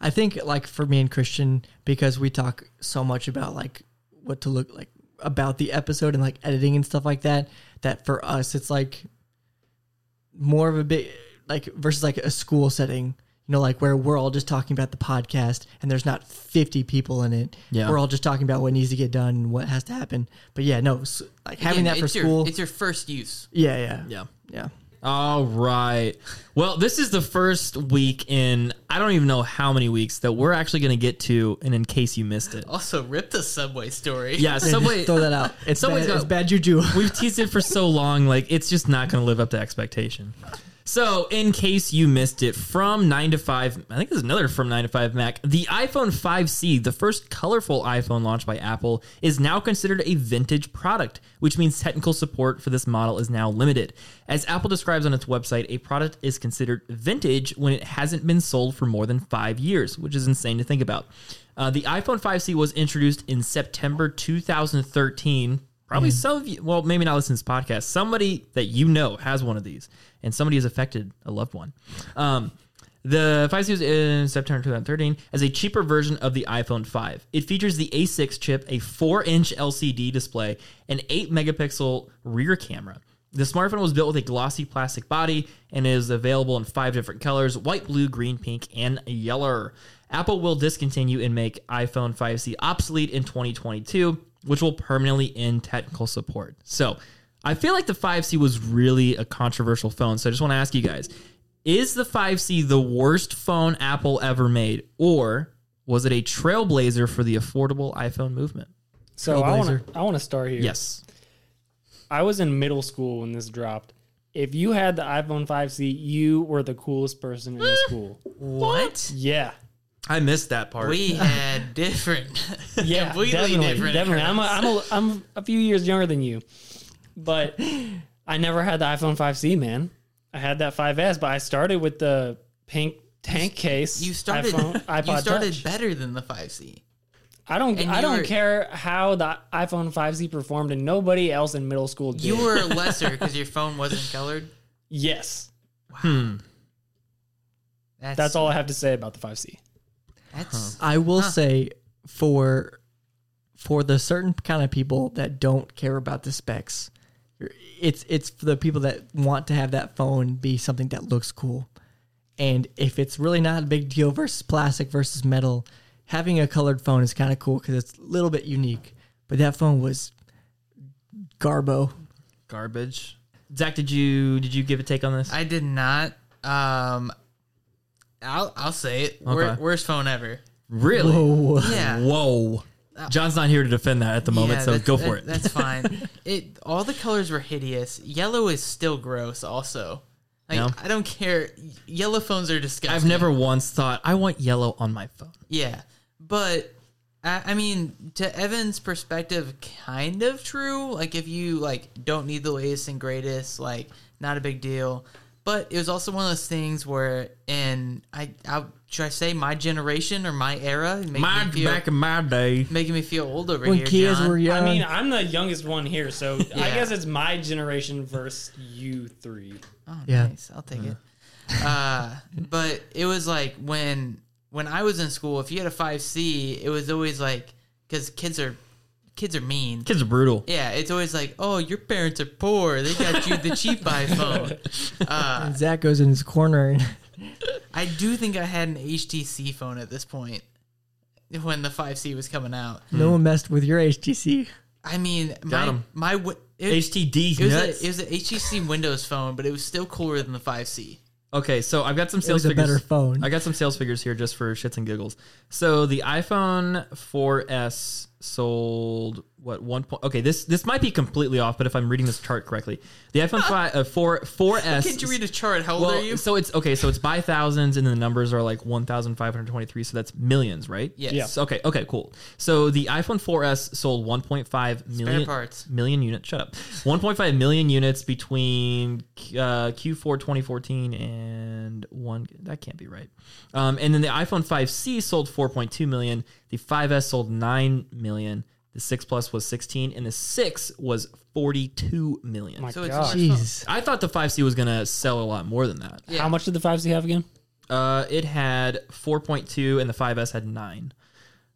[SPEAKER 2] I think like for me and Christian, because we talk so much about like what to look like about the episode and like editing and stuff like that, that for us it's like more of a bit like versus like a school setting, you know, like where we're all just talking about the podcast and there's not 50 people in it.
[SPEAKER 1] Yeah.
[SPEAKER 2] We're all just talking about what needs to get done and what has to happen. But yeah, no, s like having
[SPEAKER 3] Again,
[SPEAKER 2] that for
[SPEAKER 3] it's your-
[SPEAKER 2] school.
[SPEAKER 3] it's your first use.
[SPEAKER 2] yeah, yeah.
[SPEAKER 1] Yeah.
[SPEAKER 2] Yeah.
[SPEAKER 1] All right. Well, this is the first week in I don't even know how many weeks that we're actually going to get to. And in case you missed it,
[SPEAKER 3] Also, rip the subway story.
[SPEAKER 1] yeah,
[SPEAKER 2] Just
[SPEAKER 1] Subway.
[SPEAKER 2] throw that out. It's,
[SPEAKER 1] Subway's
[SPEAKER 2] bad,
[SPEAKER 1] got-
[SPEAKER 2] it's bad juju.
[SPEAKER 1] We've teased it for so long, like it's just not going to live up to expectation. So, in case you missed it, from 9 to 5, I think there's another from 9 to 5 Mac. The iPhone 5C, the first colorful iPhone launched by Apple, is now considered a vintage product, which means technical support for this model is now limited. As Apple describes on its website, a product is considered vintage when it hasn't been sold for more than five years, which is insane to think about. Uh, the iPhone 5C was introduced in September 2013. Probably some of you, well, maybe not listen to this podcast. Somebody that you know has one of these, and somebody has affected a loved one. Um, the 5C was in September 2013 as a cheaper version of the iPhone 5. It features the A6 chip, a 4 inch LCD display, an 8 megapixel rear camera. The smartphone was built with a glossy plastic body and is available in five different colors white, blue, green, pink, and yellow. Apple will discontinue and make iPhone 5C obsolete in 2022, which will permanently end technical support. So I feel like the 5C was really a controversial phone. So I just want to ask you guys is the 5C the worst phone Apple ever made, or was it a trailblazer for the affordable iPhone movement?
[SPEAKER 4] So I want to I want to start here.
[SPEAKER 1] Yes.
[SPEAKER 4] I was in middle school when this dropped. If you had the iPhone 5C, you were the coolest person in the school.
[SPEAKER 3] What?
[SPEAKER 4] Yeah.
[SPEAKER 1] I missed that part.
[SPEAKER 3] We had different.
[SPEAKER 4] Yeah,
[SPEAKER 3] completely
[SPEAKER 4] definitely,
[SPEAKER 3] different.
[SPEAKER 4] Definitely. I'm a, I'm, a, I'm a few years younger than you, but I never had the iPhone 5C, man. I had that 5S, but I started with the pink tank case.
[SPEAKER 3] You started.
[SPEAKER 4] iPhone, iPod
[SPEAKER 3] you started
[SPEAKER 4] Touch.
[SPEAKER 3] better than the 5C.
[SPEAKER 4] I don't.
[SPEAKER 3] and
[SPEAKER 4] I
[SPEAKER 3] you
[SPEAKER 4] don't
[SPEAKER 3] were-
[SPEAKER 4] care how the iPhone 5C performed, and nobody else in middle school did.
[SPEAKER 3] You were lesser because your phone wasn't colored.
[SPEAKER 4] yes.
[SPEAKER 3] That's,
[SPEAKER 4] That's all I have to say about the 5C.
[SPEAKER 3] That's
[SPEAKER 2] I will say for for the certain kind of people that don't care about the specs, it's it's for the people that want to have that phone be something that looks cool. And if it's really not a big deal versus plastic versus metal, having a colored phone is kind of cool because it's a little bit unique. But that phone was garbo.
[SPEAKER 1] Garbage. Zach, did you did you give a take on this?
[SPEAKER 3] I did not. Um, I'll I'll say it. Wor-
[SPEAKER 1] Okay.
[SPEAKER 3] worst phone ever.
[SPEAKER 1] really?
[SPEAKER 2] Whoa.
[SPEAKER 3] Yeah.
[SPEAKER 1] Whoa. John's not here to defend Uh, that at the moment,
[SPEAKER 3] Yeah,
[SPEAKER 1] so
[SPEAKER 3] that-
[SPEAKER 1] go
[SPEAKER 3] that-
[SPEAKER 1] for it.
[SPEAKER 3] That's fine. It all the colors were hideous. Yellow is still gross. Also, like
[SPEAKER 1] Yeah.
[SPEAKER 3] I don't care. Yellow phones are disgusting.
[SPEAKER 1] I've never once thought I want yellow on my phone.
[SPEAKER 3] Yeah, but I, I mean, to Evan's perspective, kind of true. Like, if you like don't need the latest and greatest, like, not a big deal. But it was also one of those things where, in I, I should I say my generation or my era, It made
[SPEAKER 1] My
[SPEAKER 3] me feel,
[SPEAKER 1] back in my day.
[SPEAKER 3] making me feel old over
[SPEAKER 2] When
[SPEAKER 3] here.
[SPEAKER 2] kids
[SPEAKER 3] John.
[SPEAKER 2] were young,
[SPEAKER 4] I mean, I'm the youngest one here, so I
[SPEAKER 3] Yeah.
[SPEAKER 4] guess it's my generation versus you three.
[SPEAKER 3] Oh,
[SPEAKER 2] Yeah.
[SPEAKER 3] nice. I'll
[SPEAKER 2] Uh-huh.
[SPEAKER 3] take it. Uh, but it was like when when I was in school, if you had a five C, it was always like because kids are kids are mean.
[SPEAKER 1] Kids are brutal.
[SPEAKER 3] Yeah, it's always like, oh, your parents are poor. They got you the cheap iPhone. Uh,
[SPEAKER 2] and Zach goes in his corner and
[SPEAKER 3] I do think I had an HTC phone at this point when the 5C was coming out.
[SPEAKER 2] no one messed with your HTC.
[SPEAKER 3] I mean,
[SPEAKER 1] Got
[SPEAKER 3] my,
[SPEAKER 1] 'em.
[SPEAKER 3] my wi- it,
[SPEAKER 1] HTD
[SPEAKER 3] it was a,
[SPEAKER 1] nuts.
[SPEAKER 3] it was an HTC Windows phone, but it was still cooler than the 5C.
[SPEAKER 1] Okay, so I've got some sales
[SPEAKER 2] was a
[SPEAKER 1] figures.
[SPEAKER 2] better phone.
[SPEAKER 1] I got some sales figures here just for shits and giggles. So the iPhone 4S sold what one point? Okay, this this might be completely off, but if I'm reading this chart correctly, the iPhone 5 uh, 4 4S.
[SPEAKER 3] Can't you read a chart? How old
[SPEAKER 1] well,
[SPEAKER 3] are you?
[SPEAKER 1] so it's okay. So it's by thousands, and the numbers are like one thousand five hundred twenty-three. So that's millions, right?
[SPEAKER 3] Yes.
[SPEAKER 4] Yeah.
[SPEAKER 1] So- Okay. Okay. Cool. So the iPhone 4S sold 1.5 million
[SPEAKER 3] parts.
[SPEAKER 1] million units. Shut up. 1.5 million units between uh, Q4 2014 and and one that can't be right. Um, and then the iPhone 5C sold 4.2 million. The 5S sold 9 million. The 6 Plus was 16, and the 6 was 42 million.
[SPEAKER 4] My
[SPEAKER 3] So it's
[SPEAKER 4] God.
[SPEAKER 3] a smartphone.
[SPEAKER 1] I thought the 5C was gonna sell a lot more than that.
[SPEAKER 3] Yeah.
[SPEAKER 4] How much did the 5C have again?
[SPEAKER 1] Uh, it had 4.2 and the 5S had 9.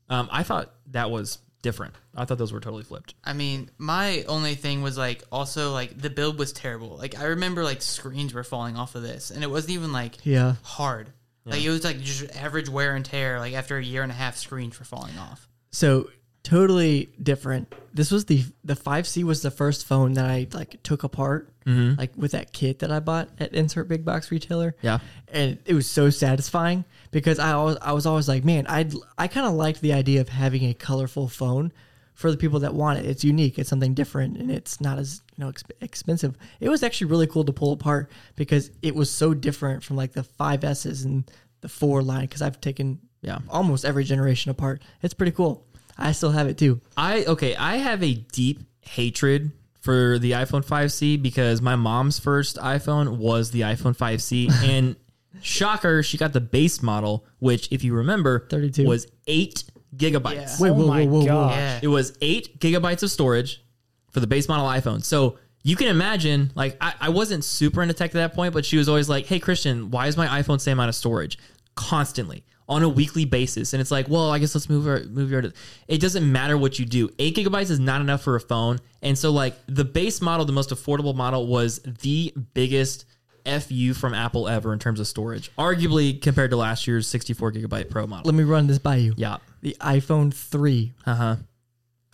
[SPEAKER 1] Um, I thought that was different. I thought those were totally flipped.
[SPEAKER 3] I mean, my only thing was like also like the build was terrible. Like I remember like screens were falling off of this, and it wasn't even like
[SPEAKER 2] Yeah.
[SPEAKER 3] hard. Like it was like just average wear and tear. Like after a year and a half, screens were falling off.
[SPEAKER 2] So totally different. This was the the 5C was the first phone that I like took apart, like with that kit that I bought at Insert Big Box Retailer.
[SPEAKER 1] Yeah.
[SPEAKER 2] and it was so satisfying because I always, I was always like, man, I'd, I kind of liked the idea of having a colorful phone for the people that want it. It's unique, it's something different, and it's not as you know exp- expensive. It was actually really cool to pull apart because it was so different from like the five S's and the four line. Because I've taken
[SPEAKER 1] Yeah.
[SPEAKER 2] almost every generation apart. It's pretty cool. I still have it too.
[SPEAKER 1] I okay, I have a deep hatred for the iPhone 5C because my mom's first iPhone was the iPhone 5C and shocker, she got the base model, which if you remember
[SPEAKER 2] 32.
[SPEAKER 1] was 8 gigabytes.
[SPEAKER 2] Wait,
[SPEAKER 4] oh
[SPEAKER 2] whoa,
[SPEAKER 4] my
[SPEAKER 2] whoa, whoa, whoa.
[SPEAKER 4] God.
[SPEAKER 3] Yeah.
[SPEAKER 1] It was eight gigabytes of storage for the base model iPhone. So you can imagine, like, I, I wasn't super into tech at that point, but she was always like, hey, Christian, why is my iPhone same amount of storage? Constantly on a weekly basis. And it's like, well, I guess let's move her, move your, it doesn't matter what you do. Eight gigabytes is not enough for a phone. And so, like, the base model, the most affordable model, was the biggest. FU from Apple ever in terms of storage, arguably compared to last year's 64 gigabyte Pro model.
[SPEAKER 2] Let me run this by you.
[SPEAKER 1] Yeah.
[SPEAKER 2] The iPhone 3
[SPEAKER 1] Uh huh.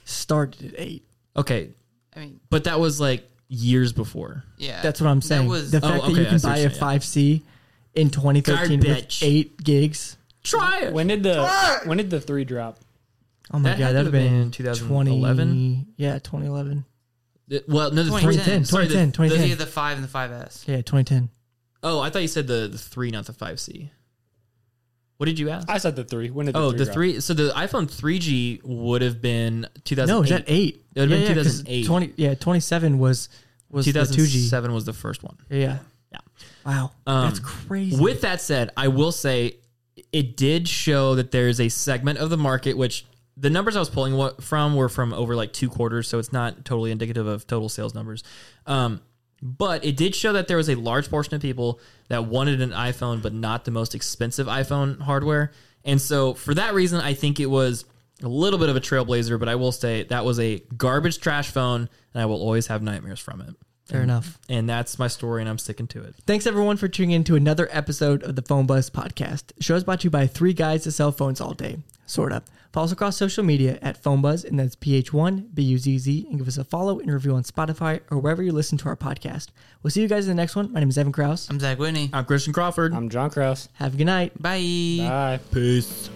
[SPEAKER 2] started at eight.
[SPEAKER 1] Okay.
[SPEAKER 3] I mean,
[SPEAKER 1] But that was like years before.
[SPEAKER 3] yeah,
[SPEAKER 2] That's what I'm
[SPEAKER 3] That
[SPEAKER 2] saying.
[SPEAKER 3] was-
[SPEAKER 2] the
[SPEAKER 1] Oh,
[SPEAKER 2] fact
[SPEAKER 1] okay,
[SPEAKER 2] that you
[SPEAKER 1] I
[SPEAKER 2] can
[SPEAKER 1] see what
[SPEAKER 2] buy
[SPEAKER 1] you're
[SPEAKER 2] a
[SPEAKER 1] saying.
[SPEAKER 2] 5C in 2013
[SPEAKER 1] Garbage.
[SPEAKER 2] with 8 gigs.
[SPEAKER 1] Try it.
[SPEAKER 4] When did the when did the three drop?
[SPEAKER 2] Oh my
[SPEAKER 1] That had
[SPEAKER 2] god,
[SPEAKER 1] to
[SPEAKER 2] that would
[SPEAKER 1] have
[SPEAKER 2] have been
[SPEAKER 1] been 2011?
[SPEAKER 2] 20, yeah, 2011.
[SPEAKER 1] The- well, no, the
[SPEAKER 3] 2010.
[SPEAKER 1] 2010. Sorry, the-
[SPEAKER 2] 2010,
[SPEAKER 3] those are
[SPEAKER 2] 2010.
[SPEAKER 3] the five and the 5S.
[SPEAKER 2] Yeah, 2010.
[SPEAKER 1] oh, I thought you said the, the three, not the five C. What did you ask?
[SPEAKER 4] I said the three. When did the
[SPEAKER 1] oh,
[SPEAKER 4] three
[SPEAKER 1] the
[SPEAKER 4] drop?
[SPEAKER 1] three. So the iPhone 3G would have been 2008.
[SPEAKER 2] No, is that 8?
[SPEAKER 1] It would've been
[SPEAKER 2] yeah, 'cause
[SPEAKER 1] 2008.
[SPEAKER 2] 20, yeah, 27 was was the 2G.
[SPEAKER 1] 2007 was the first one.
[SPEAKER 2] Yeah.
[SPEAKER 1] Yeah.
[SPEAKER 2] Wow.
[SPEAKER 1] Um,
[SPEAKER 2] That's crazy.
[SPEAKER 1] With that said, I will say it did show that there's a segment of the market which the numbers I was pulling wa- from were from over like two quarters, so it's not totally indicative of total sales numbers. Um, but it did show that there was a large portion of people that wanted an iPhone, but not the most expensive iPhone hardware. And so for that reason, I think it was a little bit of a trailblazer, but I will say that was a garbage trash phone, and I will always have nightmares from it.
[SPEAKER 2] Fair enough.
[SPEAKER 1] And that's my story, and I'm sticking to it.
[SPEAKER 2] Thanks everyone for tuning in to another episode of the Phone Buzz podcast. The show is brought to you by three guys to sell phones all day, sort of. Follow us across social media at Phone Buzz, and that's PH1 BUZZ, and give us a follow and review on Spotify or wherever you listen to our podcast. We'll see you guys in the next one. My name is Evan Krause.
[SPEAKER 3] I'm Zach Whitney.
[SPEAKER 1] I'm Christian Crawford.
[SPEAKER 4] I'm John Krause.
[SPEAKER 2] Have a good night.
[SPEAKER 3] Bye.
[SPEAKER 4] Bye.
[SPEAKER 1] Peace.